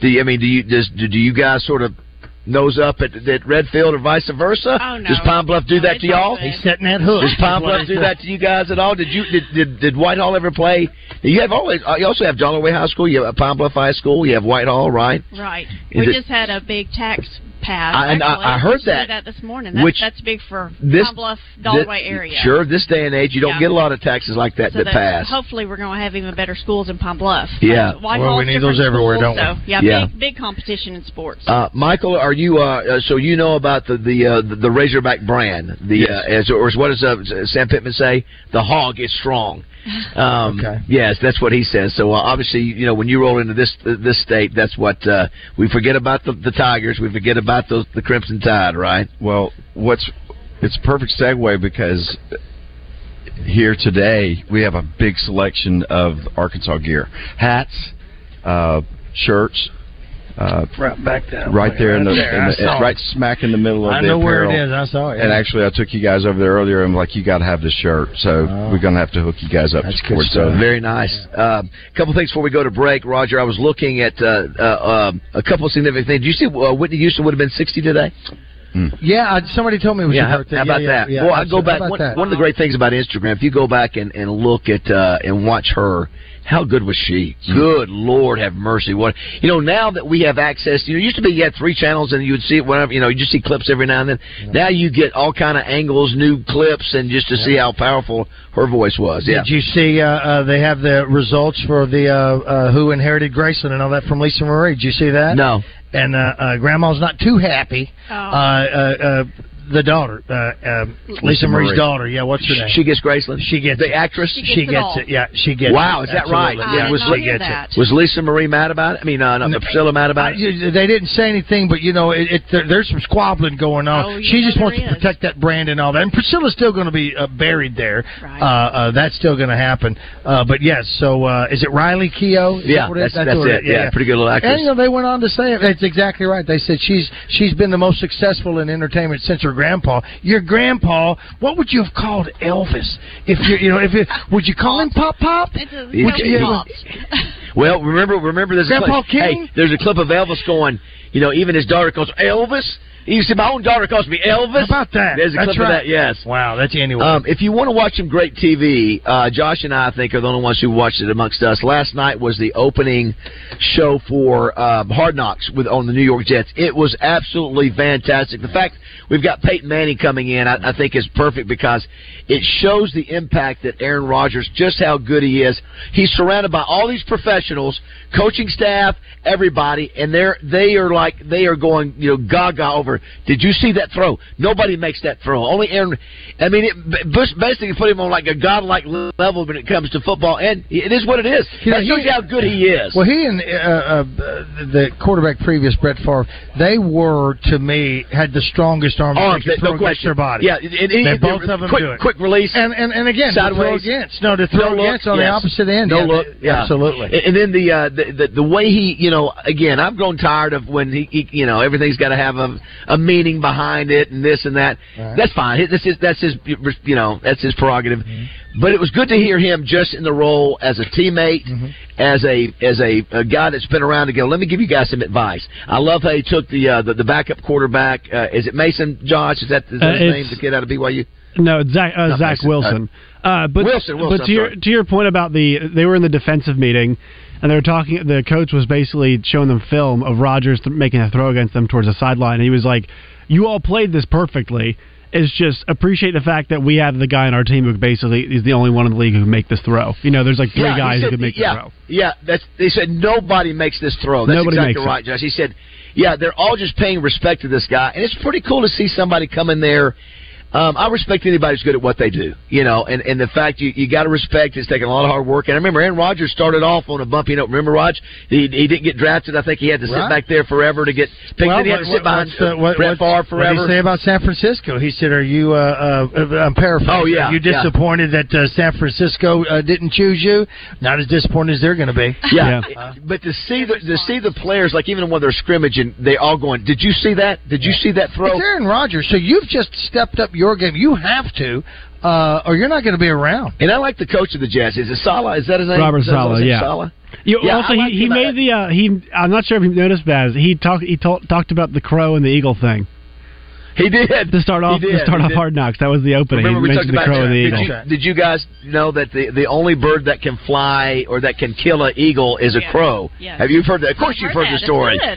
[SPEAKER 5] do you, I mean do you does do you guys sort of nose up at, at Redfield or vice versa?
[SPEAKER 7] Oh, no.
[SPEAKER 5] Does Pine Bluff do
[SPEAKER 7] No,
[SPEAKER 5] that
[SPEAKER 7] it's
[SPEAKER 5] to y'all?
[SPEAKER 7] all good. He's
[SPEAKER 6] setting that hook.
[SPEAKER 5] Does Pine Bluff do that to you guys at all? Did you did did, did Whitehall ever play? You have always you also have Dollarway High School. You have Pine Bluff High School. You have Whitehall, right?
[SPEAKER 7] Right.
[SPEAKER 5] Is
[SPEAKER 7] we
[SPEAKER 5] it-
[SPEAKER 7] just had a big tax pass.
[SPEAKER 5] I- and I-
[SPEAKER 7] actually.
[SPEAKER 5] I heard
[SPEAKER 7] We just
[SPEAKER 5] that.
[SPEAKER 7] this morning. That's,
[SPEAKER 5] Which-
[SPEAKER 7] that's big for
[SPEAKER 5] this-
[SPEAKER 7] Pine Bluff, Dollarway
[SPEAKER 5] That-
[SPEAKER 7] area.
[SPEAKER 5] Sure, this day and age, you don't
[SPEAKER 7] Yeah.
[SPEAKER 5] get a lot of taxes like that
[SPEAKER 7] So
[SPEAKER 5] that
[SPEAKER 7] that-
[SPEAKER 5] pass.
[SPEAKER 7] Hopefully, we're going to have even better schools in Pine Bluff.
[SPEAKER 5] Yeah.
[SPEAKER 7] Uh, Whitehall's
[SPEAKER 5] Well, we need
[SPEAKER 7] different
[SPEAKER 5] those everywhere,
[SPEAKER 7] schools,
[SPEAKER 5] don't we?
[SPEAKER 7] So, yeah,
[SPEAKER 5] Yeah.
[SPEAKER 7] Big, big competition in sports.
[SPEAKER 5] Uh, Michael, are you uh, uh, so you know about the the, uh, the, the Razorback brand? The uh, as, or as what does uh, Sam Pittman say? The hog is strong. Um, Yes, that's what he says. So uh, obviously, you know, when you roll into this this state, that's what uh, we forget about the, the Tigers. We forget about those the Crimson Tide, right?
[SPEAKER 9] Well, what's it's a perfect segue because here today we have a big selection of Arkansas gear, hats, uh, shirts. Uh,
[SPEAKER 6] Right back there.
[SPEAKER 9] right there, in the,
[SPEAKER 6] Right there,
[SPEAKER 9] in
[SPEAKER 6] I
[SPEAKER 9] the-
[SPEAKER 6] saw it.
[SPEAKER 9] right smack in the middle of
[SPEAKER 6] I
[SPEAKER 9] the
[SPEAKER 6] know where it
[SPEAKER 9] apparel.
[SPEAKER 6] is. I
[SPEAKER 5] Oh,
[SPEAKER 6] saw it,
[SPEAKER 9] And
[SPEAKER 6] yeah.
[SPEAKER 9] actually, I took you guys over there earlier. and I'm like, you got to have this shirt, so
[SPEAKER 6] Oh.
[SPEAKER 9] we're gonna have to hook you guys up. uh, That's
[SPEAKER 5] Good stuff. Very nice. A couple things before we go to break, Roger. I was looking at uh, uh, um, a couple significant things. Did you see uh, Whitney Houston would have been sixty today?
[SPEAKER 6] Yeah, I, somebody told me it was
[SPEAKER 5] yeah,
[SPEAKER 6] your
[SPEAKER 5] how,
[SPEAKER 6] birthday.
[SPEAKER 5] how about
[SPEAKER 6] Yeah, yeah,
[SPEAKER 5] that?
[SPEAKER 6] yeah,
[SPEAKER 5] well, I
[SPEAKER 6] absolutely.
[SPEAKER 5] go back.
[SPEAKER 6] How about
[SPEAKER 5] One,
[SPEAKER 6] that?
[SPEAKER 5] one of the great things about Instagram, if you go back and, and look at uh, and watch her, how good was she?
[SPEAKER 6] Hmm.
[SPEAKER 5] Good Lord, have mercy! What you know now that we have access, you know, it used to be you had three channels and you would see it whenever you know you just see clips every now and then. Now you get all kind of angles, new clips, and just to see how powerful her voice was. Yeah.
[SPEAKER 6] Did you see uh, uh, they have the results for the uh, uh, who inherited Graceland and all that from Lisa Marie? Did you see that?
[SPEAKER 5] No.
[SPEAKER 6] And uh, uh, Grandma's not too happy.
[SPEAKER 7] Oh.
[SPEAKER 6] Uh, uh, uh, the daughter, uh, um Lisa,
[SPEAKER 5] Lisa
[SPEAKER 6] Marie's
[SPEAKER 5] Marie.
[SPEAKER 6] daughter. Yeah, what's her name?
[SPEAKER 5] She gets Graceland.
[SPEAKER 6] She gets
[SPEAKER 5] the actress.
[SPEAKER 6] She gets it all. Yeah, she gets
[SPEAKER 5] Wow,
[SPEAKER 6] it.
[SPEAKER 5] is that right?
[SPEAKER 6] Absolutely. Yeah,
[SPEAKER 5] was,
[SPEAKER 6] she gets it.
[SPEAKER 5] was Lisa Marie mad about it? I mean, uh, no, Priscilla mad about it?
[SPEAKER 6] I- they didn't say anything, but you know, it, it, there, there's some squabbling going on.
[SPEAKER 5] Oh, you
[SPEAKER 6] she
[SPEAKER 5] know
[SPEAKER 6] just
[SPEAKER 5] there
[SPEAKER 6] wants to protect that brand and all that. And Priscilla's still going to be uh, buried there. Uh, uh, that's still going to happen. Uh, but yes, so uh, is it Riley Keough? Is
[SPEAKER 5] Yeah,
[SPEAKER 6] that what
[SPEAKER 5] that's, that's,
[SPEAKER 6] what
[SPEAKER 5] it. Yeah, pretty good little actress.
[SPEAKER 6] And you know, they went on to say it. That's exactly right. They said she's she's been the most successful in entertainment since her grandpa. Your grandpa, what would you have called Elvis? If you you know, if you, would you call him Pop Pop?
[SPEAKER 5] Yeah.
[SPEAKER 6] Would you-
[SPEAKER 5] Pops. Well, remember, remember, there's
[SPEAKER 6] Grandpa
[SPEAKER 5] a clip.
[SPEAKER 6] King?
[SPEAKER 5] Hey, there's a clip of Elvis going. You know, even his daughter calls Elvis. You see, my own daughter calls me Elvis.
[SPEAKER 6] How about that?
[SPEAKER 5] There's a
[SPEAKER 6] That's
[SPEAKER 5] clip
[SPEAKER 6] right.
[SPEAKER 5] of that. Yes.
[SPEAKER 6] Wow, that's anyway.
[SPEAKER 5] Um, if you want to watch some great TV, uh, Josh and I, I think, are the only ones who watched it amongst us. Last night was the opening show for um, Hard Knocks with on the New York Jets. It was absolutely fantastic. The fact we've got Peyton Manning coming in, I, I think, is perfect because it shows the impact that Aaron Rodgers, just how good he is. He's surrounded by all these professionals, coaching staff, everybody, and they're they are like they are going you know gaga over. Did you see that throw? Nobody makes that throw. Only Aaron. I mean, it Bush basically put him on like a godlike level when it comes to football, and it is what it is.
[SPEAKER 6] You know,
[SPEAKER 5] that shows
[SPEAKER 6] he-
[SPEAKER 5] you how good he is.
[SPEAKER 6] Well, he and uh, uh, the quarterback previous, Brett Favre, they were to me had the strongest arms.
[SPEAKER 5] Arms,
[SPEAKER 6] they could
[SPEAKER 5] no
[SPEAKER 6] throw against
[SPEAKER 5] question.
[SPEAKER 6] their body.
[SPEAKER 5] Yeah, it- it-
[SPEAKER 6] they
[SPEAKER 5] it-
[SPEAKER 6] both of them
[SPEAKER 5] quick-
[SPEAKER 6] do it.
[SPEAKER 5] quick release,
[SPEAKER 6] and and, and again
[SPEAKER 5] Sideways.
[SPEAKER 6] to throw against. No, to
[SPEAKER 5] No
[SPEAKER 6] throw
[SPEAKER 5] look,
[SPEAKER 6] against on the
[SPEAKER 5] yes.
[SPEAKER 6] opposite end.
[SPEAKER 5] No
[SPEAKER 6] yeah,
[SPEAKER 5] look,
[SPEAKER 6] they-
[SPEAKER 5] yeah.
[SPEAKER 6] absolutely.
[SPEAKER 5] And, and then the, uh, the the the way he, you know, again, I've grown tired of when he, he you know, everything's got to have a, a meaning behind it and this and that.
[SPEAKER 10] Right.
[SPEAKER 5] That's fine. That's his, that's his, you know, that's his prerogative. But it was good to hear him just in the role as a teammate,
[SPEAKER 8] Mm-hmm.
[SPEAKER 5] as a as a, a guy that's been around to go. Let me give you guys some advice. I love how he took the uh, the, the backup quarterback. Uh, is it Mason Josh? Is that, is that
[SPEAKER 8] Uh,
[SPEAKER 5] his
[SPEAKER 8] it's-
[SPEAKER 5] name? The kid out of BYU.
[SPEAKER 8] No, Zach, uh,
[SPEAKER 5] Not
[SPEAKER 8] Zach
[SPEAKER 5] Mason, uh,
[SPEAKER 8] Wilson. Uh, but
[SPEAKER 5] Wilson, Wilson,
[SPEAKER 8] but
[SPEAKER 5] I'm
[SPEAKER 8] to your
[SPEAKER 5] sorry.
[SPEAKER 8] to your point about the they were in the defensive meeting, and they were talking. The coach was basically showing them film of Rogers th- making a throw against them towards the sideline, and he was like, "You all played this perfectly. It's just appreciate the fact that we have the guy in our team who basically is the only one in the league who can make this throw. You know, there's like three
[SPEAKER 5] Yeah, he
[SPEAKER 8] guys who
[SPEAKER 5] said-
[SPEAKER 8] can make
[SPEAKER 5] yeah,
[SPEAKER 8] the throw.
[SPEAKER 5] Yeah, that's they said nobody makes this throw. That's
[SPEAKER 8] Nobody
[SPEAKER 5] exactly
[SPEAKER 8] makes it.
[SPEAKER 5] right, Josh. He said, yeah, they're all just paying respect to this guy, and it's pretty cool to see somebody come in there. Um, I respect anybody who's good at what they do, you know, and, and the fact you, you got to respect it's taking a lot of hard work. And I remember Aaron Rodgers started off on a bumpy note. Remember, Rog? He, he didn't get drafted. I think he had to sit
[SPEAKER 6] Right.
[SPEAKER 5] back there forever to get picked.
[SPEAKER 6] Well,
[SPEAKER 5] Then he had to
[SPEAKER 6] what-
[SPEAKER 5] sit behind
[SPEAKER 6] what's the- what-
[SPEAKER 5] Brett Favre
[SPEAKER 6] what's-
[SPEAKER 5] forever.
[SPEAKER 6] What did he say about San Francisco? He said, "Are you?" Uh, uh, I'm paraphrasing.
[SPEAKER 5] Oh, yeah,
[SPEAKER 6] Are you
[SPEAKER 5] yeah.
[SPEAKER 6] disappointed that uh, San Francisco uh, didn't choose you? Not as disappointed as they're going to be.
[SPEAKER 5] Yeah, but to see the to see the players like even when they're scrimmaging, they all going. Did you see that? Did you see that throw?
[SPEAKER 6] It's Aaron Rodgers, so you've just stepped up your game. You have to. uh, or you're not going to be around.
[SPEAKER 5] And I like the coach of the Jazz. Is it Sala? Is that his name?
[SPEAKER 8] Robert
[SPEAKER 5] Is that his
[SPEAKER 8] Sala,
[SPEAKER 5] name?
[SPEAKER 8] yeah.
[SPEAKER 5] Sala?
[SPEAKER 8] You,
[SPEAKER 5] Yeah,
[SPEAKER 8] also,
[SPEAKER 5] I
[SPEAKER 8] he,
[SPEAKER 5] like
[SPEAKER 8] he
[SPEAKER 5] him.
[SPEAKER 8] made the uh, he. I'm not sure if you noticed that he talked he talked talked about the crow and the eagle thing.
[SPEAKER 5] He did
[SPEAKER 8] to start off
[SPEAKER 5] He
[SPEAKER 8] to
[SPEAKER 5] did.
[SPEAKER 8] start
[SPEAKER 5] He
[SPEAKER 8] off
[SPEAKER 5] did.
[SPEAKER 8] Hard Knocks. That was the opening.
[SPEAKER 5] Remember
[SPEAKER 8] he
[SPEAKER 5] we talked
[SPEAKER 8] mentioned the
[SPEAKER 5] about
[SPEAKER 8] crow and the
[SPEAKER 5] did
[SPEAKER 8] eagle.
[SPEAKER 5] you, did you guys know that the, the only bird that can fly or that can kill an eagle is a crow?
[SPEAKER 10] yeah.
[SPEAKER 5] Have you heard that? Of course, you've
[SPEAKER 10] I've
[SPEAKER 5] heard,
[SPEAKER 10] heard
[SPEAKER 5] the
[SPEAKER 10] that. It's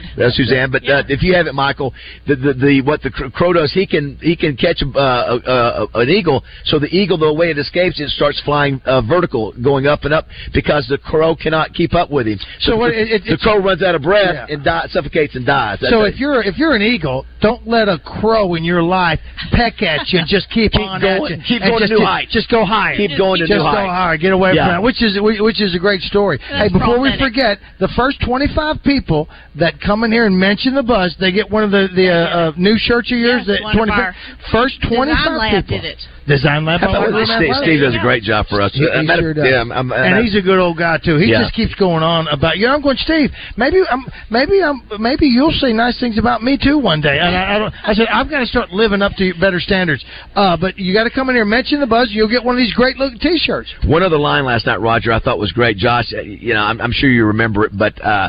[SPEAKER 5] story,
[SPEAKER 10] good.
[SPEAKER 5] uh, Suzanne. But uh, if you haven't, Michael, the, the the what the cr- crow does, he can he can catch uh, uh, uh, an eagle. So the eagle, the way it escapes, it starts flying uh, vertical, going up and up because the crow cannot keep up with him.
[SPEAKER 6] So
[SPEAKER 5] the,
[SPEAKER 6] what- it- it-
[SPEAKER 5] the
[SPEAKER 6] it's-
[SPEAKER 5] crow runs out of breath
[SPEAKER 6] Yeah.
[SPEAKER 5] and die, suffocates and dies. That's
[SPEAKER 6] so
[SPEAKER 5] it.
[SPEAKER 6] if you're if you're an eagle, don't let a crow in your life peck at you. Just keep, on
[SPEAKER 5] going-
[SPEAKER 6] at you.
[SPEAKER 5] keep
[SPEAKER 6] and
[SPEAKER 5] going to
[SPEAKER 6] just,
[SPEAKER 5] new heights.
[SPEAKER 6] Just go higher.
[SPEAKER 5] Keep going to
[SPEAKER 6] just
[SPEAKER 5] new
[SPEAKER 6] go
[SPEAKER 5] heights.
[SPEAKER 6] higher. Get away
[SPEAKER 5] Yeah.
[SPEAKER 6] from that. Which is which is a great story. hey, before we forget, the first 25 people that come in here and mention the bus, they get one of the the uh, uh, new shirts of yours. that
[SPEAKER 7] one of
[SPEAKER 6] 25
[SPEAKER 7] our-
[SPEAKER 6] first 25
[SPEAKER 7] Design Lab
[SPEAKER 6] people.
[SPEAKER 7] did it.
[SPEAKER 6] Design Lab.
[SPEAKER 5] How about
[SPEAKER 6] Lab-
[SPEAKER 5] this? Steve,
[SPEAKER 6] Lab-
[SPEAKER 5] Steve does a great job for us.
[SPEAKER 6] He- he
[SPEAKER 5] Uh, matter-
[SPEAKER 6] sure does.
[SPEAKER 5] Yeah, I'm- I'm-
[SPEAKER 6] and
[SPEAKER 5] I'm-
[SPEAKER 6] he's a good old guy too. He
[SPEAKER 5] Yeah.
[SPEAKER 6] just keeps going on about you. know, I'm going, Steve. Maybe I'm, maybe I'm, maybe you'll say nice things about me too one day. And I, I, don't, I said I've got to start living up to your better standards. Uh, but you got to come in here, mention the buzz. You'll get one of these great looking T-shirts.
[SPEAKER 5] One other line last night, Roger, I thought was great. Josh, uh, you know, I'm, I'm sure you remember it, but uh,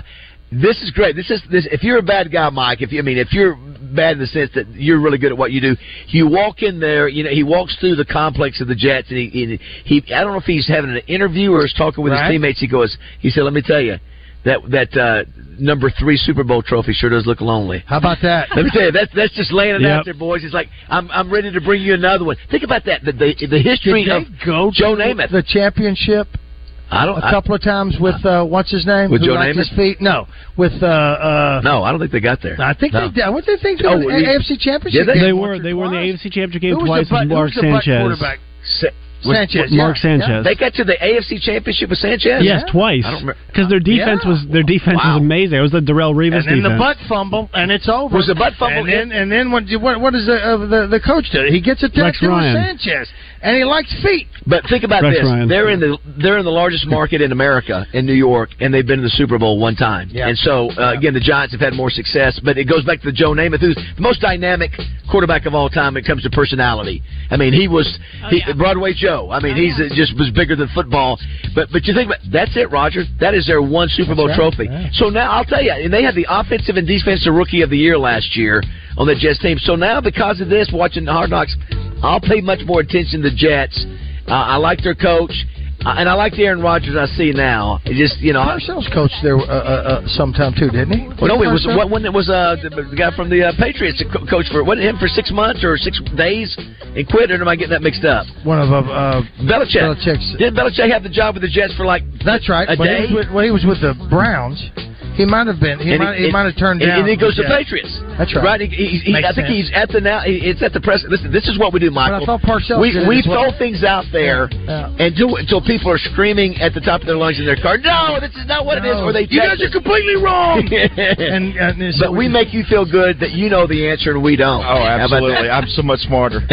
[SPEAKER 5] this is great. This is this. If you're a bad guy, Mike, if you, I mean, if you're bad in the sense that you're really good at what you do, you walk in there. You know, he walks through the complex of the Jets, and he, he, he I don't know if he's having an interview or is talking with
[SPEAKER 6] Right.
[SPEAKER 5] his teammates. He goes, he said, "Let me tell you." That that uh, number three Super Bowl trophy sure does look lonely.
[SPEAKER 6] How about that?
[SPEAKER 5] Let me tell you, that's that's just laying it
[SPEAKER 6] Yep.
[SPEAKER 5] out there, boys. It's like I'm I'm ready to bring you another one. Think about that. The the, the history
[SPEAKER 6] Did they
[SPEAKER 5] of Joe Namath.
[SPEAKER 6] the championship.
[SPEAKER 5] I don't.
[SPEAKER 6] a
[SPEAKER 5] I-
[SPEAKER 6] couple of times with uh, what's his name?
[SPEAKER 5] With
[SPEAKER 6] Who
[SPEAKER 5] Joe
[SPEAKER 6] liked
[SPEAKER 5] Namath?
[SPEAKER 6] His feet? No, with uh, uh,
[SPEAKER 5] no, I don't think they got there.
[SPEAKER 6] I think
[SPEAKER 5] No.
[SPEAKER 6] they did. What they think?
[SPEAKER 5] Oh,
[SPEAKER 6] Oh,
[SPEAKER 5] we-
[SPEAKER 6] AFC Championship.
[SPEAKER 5] Did they?
[SPEAKER 6] game
[SPEAKER 5] They
[SPEAKER 8] were-
[SPEAKER 6] once or
[SPEAKER 8] they were in the
[SPEAKER 6] twice.
[SPEAKER 8] AFC Championship game
[SPEAKER 6] Who was
[SPEAKER 8] twice
[SPEAKER 6] the butt-
[SPEAKER 8] with
[SPEAKER 6] who
[SPEAKER 8] Mark
[SPEAKER 6] was the butt
[SPEAKER 8] Sanchez.
[SPEAKER 6] quarterback?
[SPEAKER 5] Sa-
[SPEAKER 6] Sanchez,
[SPEAKER 8] Mark
[SPEAKER 6] yeah,
[SPEAKER 8] Sanchez.
[SPEAKER 5] They got to the AFC Championship with Sanchez.
[SPEAKER 8] Yes, twice.
[SPEAKER 5] I don't remember.
[SPEAKER 8] Because their defense was their defense was amazing. It was the Darrell
[SPEAKER 6] and
[SPEAKER 8] Revis
[SPEAKER 6] then
[SPEAKER 8] defense.
[SPEAKER 6] the butt fumble, and it's over.
[SPEAKER 5] Was the butt fumble
[SPEAKER 6] And then, and then what? What, what is the, uh, the the coach do? He gets a
[SPEAKER 5] Rex
[SPEAKER 6] tattoo with
[SPEAKER 5] Ryan.
[SPEAKER 6] Sanchez, and he likes feet.
[SPEAKER 5] But think about
[SPEAKER 6] Rex
[SPEAKER 5] this:
[SPEAKER 6] Ryan.
[SPEAKER 5] they're in the they're in the largest market in America, in New York, and they've been to the Super Bowl one time. And so uh, again, the Giants have had more success. But it goes back to the Joe Namath, who's the most dynamic quarterback of all time when it comes to personality. I mean, he was he, Broadway Joe. I mean, he's uh, just was bigger than football. But but you think about that's it, Roger. That is their one Super Bowl
[SPEAKER 6] right,
[SPEAKER 5] trophy.
[SPEAKER 6] yeah.
[SPEAKER 5] So now I'll tell you, and they had the offensive and defensive rookie of the year last year on the Jets team. So now because of this, watching the Hard Knocks, I'll pay much more attention to the Jets. Uh, I like their coach, uh, and I like the Aaron Rodgers I see now. It just you know, I,
[SPEAKER 6] Parcells coached there uh, uh, uh, sometime too, didn't he?
[SPEAKER 5] well, no, it was
[SPEAKER 6] Parcells?
[SPEAKER 5] what when it was uh, the, the guy from the uh, Patriots that co- coached for wasn't it him for six months or six days and quit, or am I getting that mixed up?
[SPEAKER 6] one of uh, uh,
[SPEAKER 5] Belichick.
[SPEAKER 6] Belichick's.
[SPEAKER 5] Didn't Belichick have the job with the Jets for like
[SPEAKER 6] That's right.
[SPEAKER 5] a
[SPEAKER 6] when,
[SPEAKER 5] day?
[SPEAKER 6] He was with, when he was with the Browns, he might have been. He
[SPEAKER 5] And
[SPEAKER 6] might. He,
[SPEAKER 5] and-
[SPEAKER 6] might have turned
[SPEAKER 5] and,
[SPEAKER 6] down.
[SPEAKER 5] And he goes to
[SPEAKER 6] the Jets.
[SPEAKER 5] Patriots.
[SPEAKER 6] That's right.
[SPEAKER 5] Right. He, he, he-
[SPEAKER 6] Makes
[SPEAKER 5] I think
[SPEAKER 6] sense.
[SPEAKER 5] he's at the now. he- It's at the press. Listen, this is what we do, Michael.
[SPEAKER 6] thought Parcells
[SPEAKER 5] we
[SPEAKER 6] did it
[SPEAKER 5] we
[SPEAKER 6] as
[SPEAKER 5] throw
[SPEAKER 6] well.
[SPEAKER 5] things out there
[SPEAKER 6] Yeah.
[SPEAKER 5] until until people are screaming at the top of their lungs in their car. No, this is not what it is.
[SPEAKER 6] No.
[SPEAKER 5] Or they
[SPEAKER 6] You
[SPEAKER 5] text
[SPEAKER 6] guys are
[SPEAKER 5] us.
[SPEAKER 6] completely wrong. And-
[SPEAKER 9] uh,
[SPEAKER 6] and so
[SPEAKER 5] but we make you feel good that you know the answer and we don't.
[SPEAKER 9] Oh,
[SPEAKER 5] How about
[SPEAKER 9] absolutely.
[SPEAKER 5] that?
[SPEAKER 9] I'm so much smarter.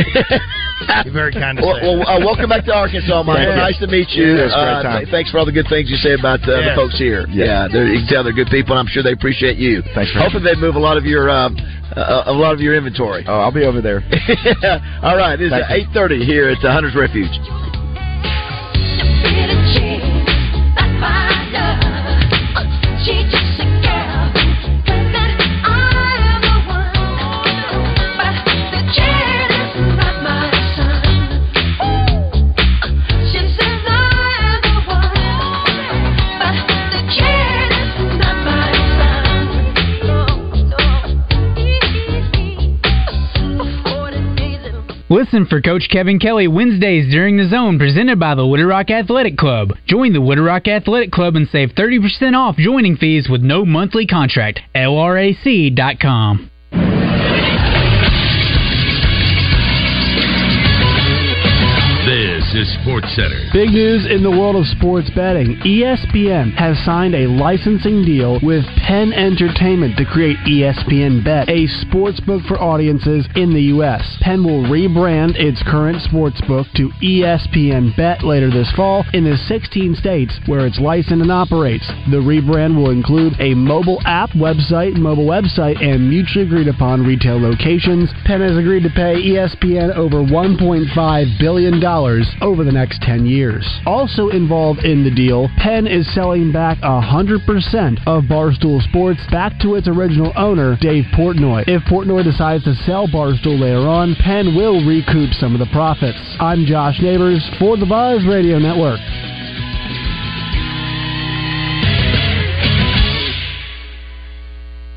[SPEAKER 6] You're very kind to
[SPEAKER 5] Well, well
[SPEAKER 6] say.
[SPEAKER 5] uh, welcome back to Arkansas, Mike.
[SPEAKER 9] Thank you.
[SPEAKER 5] Nice to meet you.
[SPEAKER 9] Yeah, it was a great
[SPEAKER 5] Uh,
[SPEAKER 9] time.
[SPEAKER 5] th- thanks for all the good things you say about uh, the
[SPEAKER 9] Yeah.
[SPEAKER 5] folks here. Yeah,
[SPEAKER 9] Yeah.
[SPEAKER 5] they're you can tell they're good people, and I'm sure they appreciate you.
[SPEAKER 9] Thanks for
[SPEAKER 5] Hopefully, they move a lot of your um, uh, a lot of your inventory.
[SPEAKER 9] Oh, I'll be over there.
[SPEAKER 5] all right, it's
[SPEAKER 9] Thank you.
[SPEAKER 5] 8:30 here at the Hunters Refuge.
[SPEAKER 11] Listen for Coach Kevin Kelly Wednesdays during the zone presented by the Wooded Rock Athletic Club. Join the Wooded Rock Athletic Club and save 30% off joining fees with no monthly contract. LRAC.com.
[SPEAKER 12] This
[SPEAKER 10] to Sports Center.
[SPEAKER 8] Big news in the world of sports betting. E ESPN has signed a licensing deal with Penn Entertainment to create E ESPN Bet, a sportsbook for audiences in the U.S. Penn will rebrand its current sportsbook to E ESPN Bet later this fall in the 16 states where it's licensed and operates. The rebrand will include a mobile app, website, mobile website, and mutually agreed upon retail locations. Penn has agreed to pay E ESPN over $1.5 billion over the next 10 years. Also involved in the deal, Penn is selling back 100% of Barstool Sports back to its original owner, Dave Portnoy. If Portnoy decides to sell Barstool later on, Penn will recoup some of the profits. I'm Josh Neighbors for the Buzz Radio Network.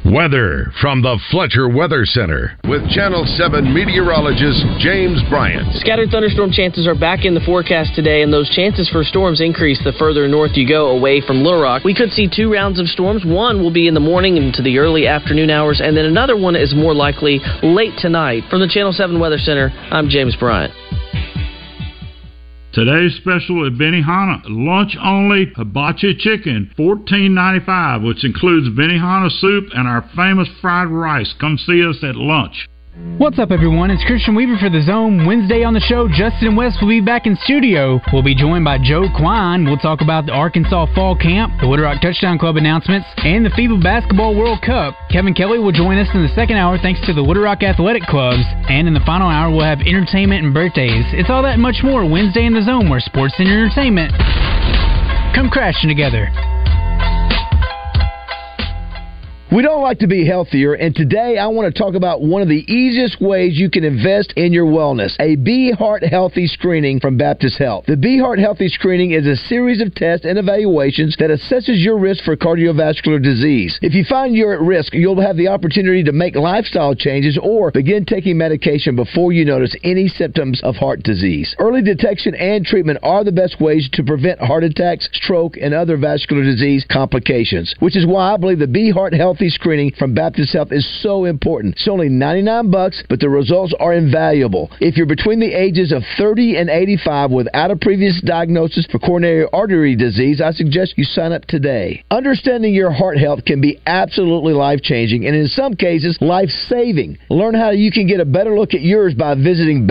[SPEAKER 3] Weather from the Fletcher Weather Center with Channel 7 meteorologist James Bryant.
[SPEAKER 12] Scattered thunderstorm chances are back in the forecast today, and those chances for storms increase the further north you go away from Little Rock. We could see two rounds of storms. One will be in the morning into the early afternoon hours, and then another one is more likely late tonight. From the Channel 7 Weather Center, I'm James Bryant.
[SPEAKER 13] Today's special at Benihana, lunch only hibachi chicken, fourteen ninety five, which includes Benihana soup and our famous fried rice. Come see us at lunch.
[SPEAKER 11] What's up, everyone? It's Christian Weaver for The Zone. Wednesday on the show, Justin West will be back in studio. We'll be joined by Joe Quine. We'll talk about the Arkansas Fall Camp, the Woodrock Touchdown Club announcements, and the FIBA Basketball World Cup. Kevin Kelly will join us in the second hour thanks to the Woodrock Athletic Clubs. And in the final hour, we'll have entertainment and birthdays. It's all that and much more Wednesday in The Zone, where sports and entertainment come crashing together.
[SPEAKER 5] We don't like to be healthier, and today I want to talk about one of the easiest ways you can invest in your wellness a Be Heart Healthy screening from Baptist Health. The Be Heart Healthy screening is a series of tests and evaluations that assesses your risk for cardiovascular disease. If you find you're at risk, you'll have the opportunity to make lifestyle changes or begin taking medication before you notice any symptoms of heart disease. Early detection and treatment are the best ways to prevent heart attacks, stroke, and other vascular disease complications, which is why I believe the Be Heart Healthy healthy screening from Baptist Health is so important. It's only 99 bucks, but the results are invaluable. If you're between the ages of 30 and 85 without a previous diagnosis for coronary artery disease, I suggest you sign up today. Understanding your heart health can be absolutely life-changing and in some cases life-saving. Learn how you can get a better look at yours by visiting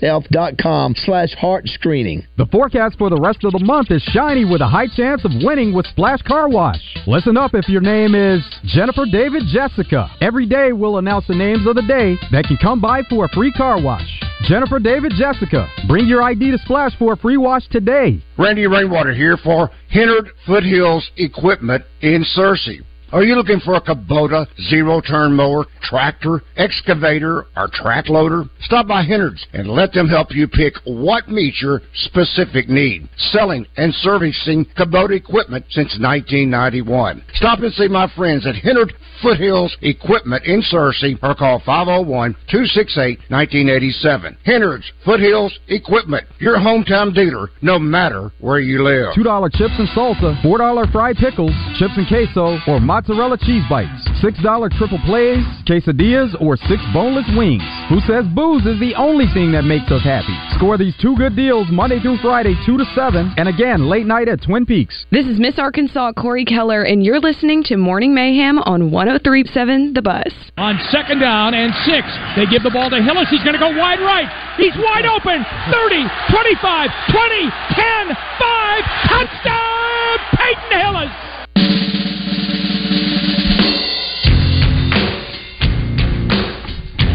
[SPEAKER 5] baptist-health.com slash heart screening.
[SPEAKER 14] The forecast for the rest of the month is shiny with a high chance of winning with Splash Car Wash. Listen up if your name is Jennifer David Jessica. Every day we'll announce the names of the day that can come by for a free car wash. Jennifer David Jessica, bring your ID to Splash for a free wash today.
[SPEAKER 15] Randy Rainwater here for Hennard Foothills Equipment in Searcy. Are you looking for a Kubota zero turn mower, tractor, excavator, or track loader? Stop by Hennard's and let them help you pick what meets your specific need. Selling and servicing Kubota equipment since 1991. Stop and see my friends at Hennard Foothills Equipment in Searcy or call 501 268 1987. Hennard's Foothills Equipment, your hometown dealer, no matter where you live.
[SPEAKER 14] $2 chips and salsa, $4 fried pickles, chips and queso, or mozzarella cheese bites, $6 triple plays, quesadillas, or six boneless wings. Who says booze is the only thing that makes us happy? Score these two good deals Monday through Friday, 2 to 7, and again late night at Twin Peaks.
[SPEAKER 16] This is Miss Arkansas Corey Keller, and you're listening to Morning Mayhem on 1037 The Bus.
[SPEAKER 17] On second down and six, they give the ball to Hillis. He's going to go wide right. He's wide open. 30, 25, 20, 10, 5. Touchdown, Peyton Hillis.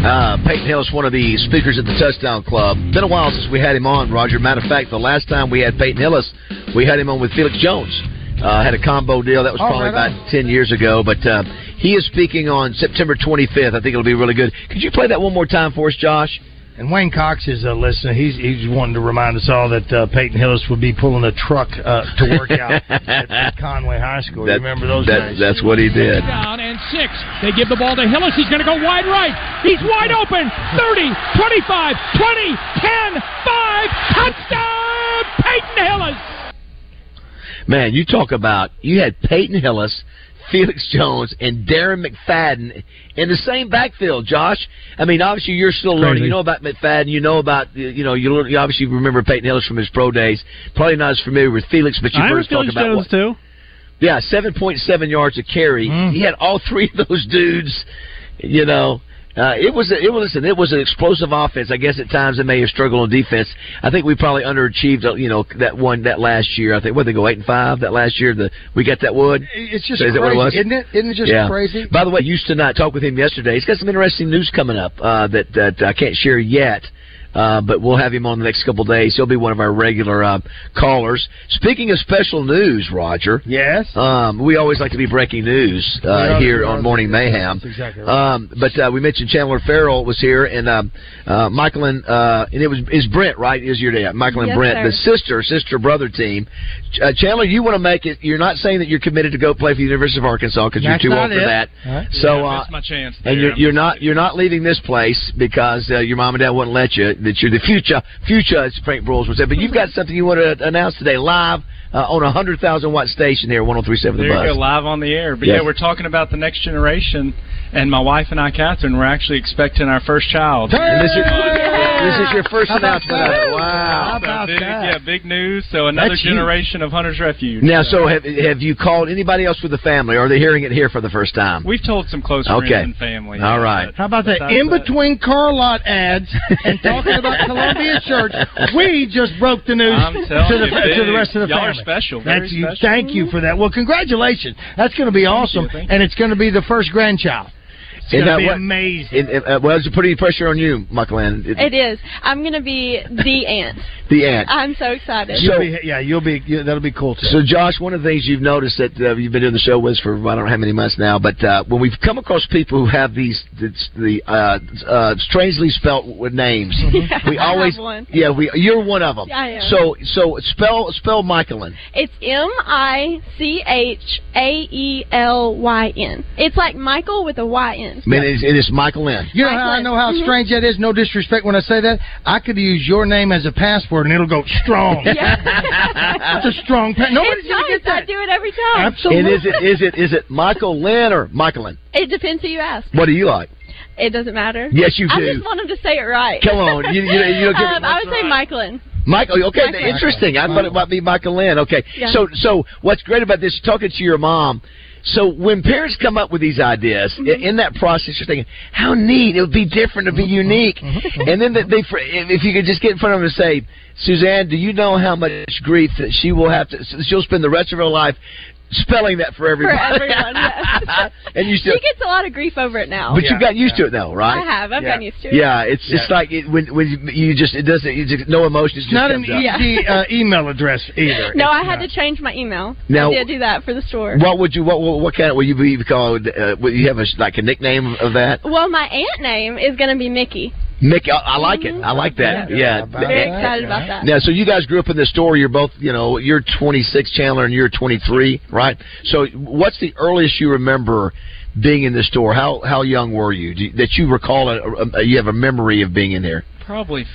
[SPEAKER 5] Uh, Peyton Hill is one of the speakers at the Touchdown Club. Been a while since we had him on, Roger. Matter of fact, the last time we had Peyton Hillis, we had him on with Felix Jones. Uh, had a combo deal. That was
[SPEAKER 18] Oh,
[SPEAKER 5] probably
[SPEAKER 18] right on.
[SPEAKER 5] about 10 years ago. But uh, he is speaking on September 25th. I think it'll be really good. Could you play that one more time for us, Josh?
[SPEAKER 6] And Wayne Cox is a listener. He's he's wanting to remind us all that uh, Peyton Hillis would be pulling a truck uh, to work out at Conway High School. You
[SPEAKER 5] That-
[SPEAKER 6] remember those
[SPEAKER 5] that-
[SPEAKER 6] days?
[SPEAKER 5] That's what he did.
[SPEAKER 17] Down and six. They give the ball to Hillis. He's going to go wide right. He's wide open. 30, 25, 20, 10, 5. Touchdown, Peyton Hillis.
[SPEAKER 5] Man, you talk about you had Peyton Hillis, Felix Jones and Darren McFadden in the same backfield. Josh, I mean, obviously you're still learning.
[SPEAKER 10] Crazy.
[SPEAKER 5] You know about McFadden. You know about you know you, learn, you obviously remember Peyton Hillis from his pro days. Probably not as familiar with Felix, but you
[SPEAKER 8] I remember
[SPEAKER 5] first talked
[SPEAKER 8] Felix
[SPEAKER 5] about
[SPEAKER 8] Jones
[SPEAKER 5] what,
[SPEAKER 8] too. Mm-hmm.
[SPEAKER 5] yeah, seven point seven yards a carry. He had all three of those dudes. You know, uh, it was it was listen, it was an explosive offense. I guess at times they may have struggled on defense. I think we probably underachieved. uh, You know, that one that last year. I think what they go eight and five that last year. The we got that wood.
[SPEAKER 6] It's just
[SPEAKER 5] Is
[SPEAKER 6] crazy,
[SPEAKER 5] that what it was?
[SPEAKER 6] isn't it? Isn't it just
[SPEAKER 5] Yeah.
[SPEAKER 6] crazy?
[SPEAKER 5] By the way, used to not talk with him yesterday. He's got some interesting news coming up uh, that that I can't share yet. Uh, but we'll have him on the next couple days. He'll be one of our regular uh, callers. Speaking of special news, Roger.
[SPEAKER 6] Yes.
[SPEAKER 5] Um, we always like to be breaking news
[SPEAKER 6] We
[SPEAKER 5] uh,
[SPEAKER 6] are- we
[SPEAKER 5] here
[SPEAKER 6] are-
[SPEAKER 5] on Morning Mayhem.
[SPEAKER 6] That's exactly right.
[SPEAKER 5] Um, but uh, we mentioned Chandler Farrell was here, and um, uh, Michael and uh, and it was is Brent right? Is your dad Michael and
[SPEAKER 18] Yes,
[SPEAKER 5] Brent, the
[SPEAKER 18] sir.
[SPEAKER 5] sister sister brother team? Ch- Uh, Chandler, you want to make it? You're not saying that you're committed to go play for the University of Arkansas because you're
[SPEAKER 18] That's
[SPEAKER 5] too old
[SPEAKER 18] not
[SPEAKER 5] for
[SPEAKER 18] it.
[SPEAKER 5] that.
[SPEAKER 18] Huh?
[SPEAKER 5] So
[SPEAKER 18] Yeah, I
[SPEAKER 5] uh,
[SPEAKER 18] missed my chance there.
[SPEAKER 5] and you're,
[SPEAKER 18] I'm
[SPEAKER 5] you're not you're not leaving this place because uh, your mom and dad wouldn't let you. That you're the future future, as Frank Broyles would say. But you've got something you want to announce today live uh, on a hundred thousand watt station here, at 103.7 The
[SPEAKER 18] There
[SPEAKER 5] Buzz.
[SPEAKER 18] you go, live on the air. But
[SPEAKER 5] Yes.
[SPEAKER 18] yeah, we're talking about the next generation, and my wife and I, Catherine, we're actually expecting our first child.
[SPEAKER 5] And this, is, this is your first
[SPEAKER 18] How about
[SPEAKER 5] announcement. of
[SPEAKER 18] that?
[SPEAKER 5] it. Wow.
[SPEAKER 18] So big, Yeah, big news. So another
[SPEAKER 5] That's huge.
[SPEAKER 18] generation of Hunter's Refuge.
[SPEAKER 5] Now, so have, have you called anybody else with the family? Or are they hearing it here for the first time?
[SPEAKER 18] We've told some close
[SPEAKER 5] Okay. Uh,
[SPEAKER 18] friends and family.
[SPEAKER 5] All right.
[SPEAKER 6] How about that?
[SPEAKER 18] Besides
[SPEAKER 6] In
[SPEAKER 18] that-
[SPEAKER 6] between car lot ads and talking about Columbia Church, we just broke the news
[SPEAKER 18] I'm
[SPEAKER 6] to
[SPEAKER 18] telling
[SPEAKER 6] the,
[SPEAKER 18] you, big.
[SPEAKER 6] to the rest of the
[SPEAKER 18] Y'all are
[SPEAKER 6] family.
[SPEAKER 18] special. Very
[SPEAKER 6] That's you.
[SPEAKER 18] special.
[SPEAKER 6] Thank you for that. Well, congratulations. That's going to be awesome, and it's going to be the first grandchild. It's
[SPEAKER 5] And
[SPEAKER 6] going to
[SPEAKER 5] that
[SPEAKER 6] be
[SPEAKER 5] what-
[SPEAKER 6] amazing.
[SPEAKER 5] and- and, uh, well, it's putting pressure on you, Michael Ann. It-
[SPEAKER 19] It Uh, is. I'm going to be the aunt.
[SPEAKER 5] the aunt.
[SPEAKER 19] I'm so excited.
[SPEAKER 5] So-
[SPEAKER 6] You'll be- yeah, you'll be. you- that'll be cool too.
[SPEAKER 5] So, Josh, one of the things you've noticed that uh, you've been doing the show with us for I don't know how many months now, but uh, when we've come across people who have these this- the uh, uh, strangely spelt with names, we
[SPEAKER 19] I have
[SPEAKER 5] always
[SPEAKER 19] one.
[SPEAKER 5] yeah we you're one of them.
[SPEAKER 19] Yeah, I am.
[SPEAKER 5] So so spell spell Michaelin.
[SPEAKER 19] It's M I C H A E L Y N. It's like Michael with a Y N.
[SPEAKER 5] I mean, it's, it is Michaelin.
[SPEAKER 6] You know how I know how strange that is. No disrespect when I say that. I could use your name as a password and it'll go strong. That's a strong. Pa- Nobody's
[SPEAKER 19] it's
[SPEAKER 6] gonna
[SPEAKER 19] nice.
[SPEAKER 6] get that.
[SPEAKER 19] I do it every time.
[SPEAKER 5] And is it is it is it Michael Lynn or Michaelin?
[SPEAKER 19] It depends who you ask.
[SPEAKER 5] What do you like?
[SPEAKER 19] It doesn't matter.
[SPEAKER 5] Yes, you
[SPEAKER 19] I
[SPEAKER 5] do.
[SPEAKER 19] just want him to say it right.
[SPEAKER 5] Come on, you- you- you don't give it-
[SPEAKER 19] um, I would say Michaelin.
[SPEAKER 5] Michael, okay,
[SPEAKER 19] Michael.
[SPEAKER 5] interesting. I thought it might be Michael Lynn. Okay,
[SPEAKER 19] Yeah.
[SPEAKER 5] so so what's great about this? Talking to your mom. So when parents come up with these ideas, i
[SPEAKER 19] Mm-hmm.
[SPEAKER 5] in that process, you're thinking, "How neat! It would be different. It would be
[SPEAKER 19] Mm-hmm.
[SPEAKER 5] unique." and then they, they, fr- if you could just get in front of them and say, "Suzanne, do you know how much grief that she will have to? She'll spend the rest of her life spelling that for
[SPEAKER 19] For
[SPEAKER 5] everybody."
[SPEAKER 19] everyone, yes.
[SPEAKER 5] and you
[SPEAKER 19] she
[SPEAKER 5] still,
[SPEAKER 19] gets a lot of grief over it now.
[SPEAKER 5] but you've gotten used to it though, right?
[SPEAKER 19] I have. I've gotten used to it.
[SPEAKER 5] Oh, Yeah, it's it's like it, when when you- you just it doesn't you just, no emotion. It's
[SPEAKER 6] Not an easy
[SPEAKER 19] Yeah.
[SPEAKER 6] uh, email address either.
[SPEAKER 19] No, I had to change my email.
[SPEAKER 5] Now-
[SPEAKER 19] I did do that for the store.
[SPEAKER 5] What would you what what, what kind of would you be called? Uh, would you have a like a nickname of that?
[SPEAKER 19] Well, my aunt name is going to be Mickey.
[SPEAKER 5] Mickey, I, I like it. I like that.
[SPEAKER 6] Mm-hmm.
[SPEAKER 5] Yeah.
[SPEAKER 19] Very excited about that.
[SPEAKER 5] Now, so you guys grew up in the store. You're both, you know, you're 26, Chandler, and you're 23, right? So, what's the earliest you remember being in the store? How how young were you Do, that you recall? A, a, you have a memory of being in there.
[SPEAKER 18] Probably f-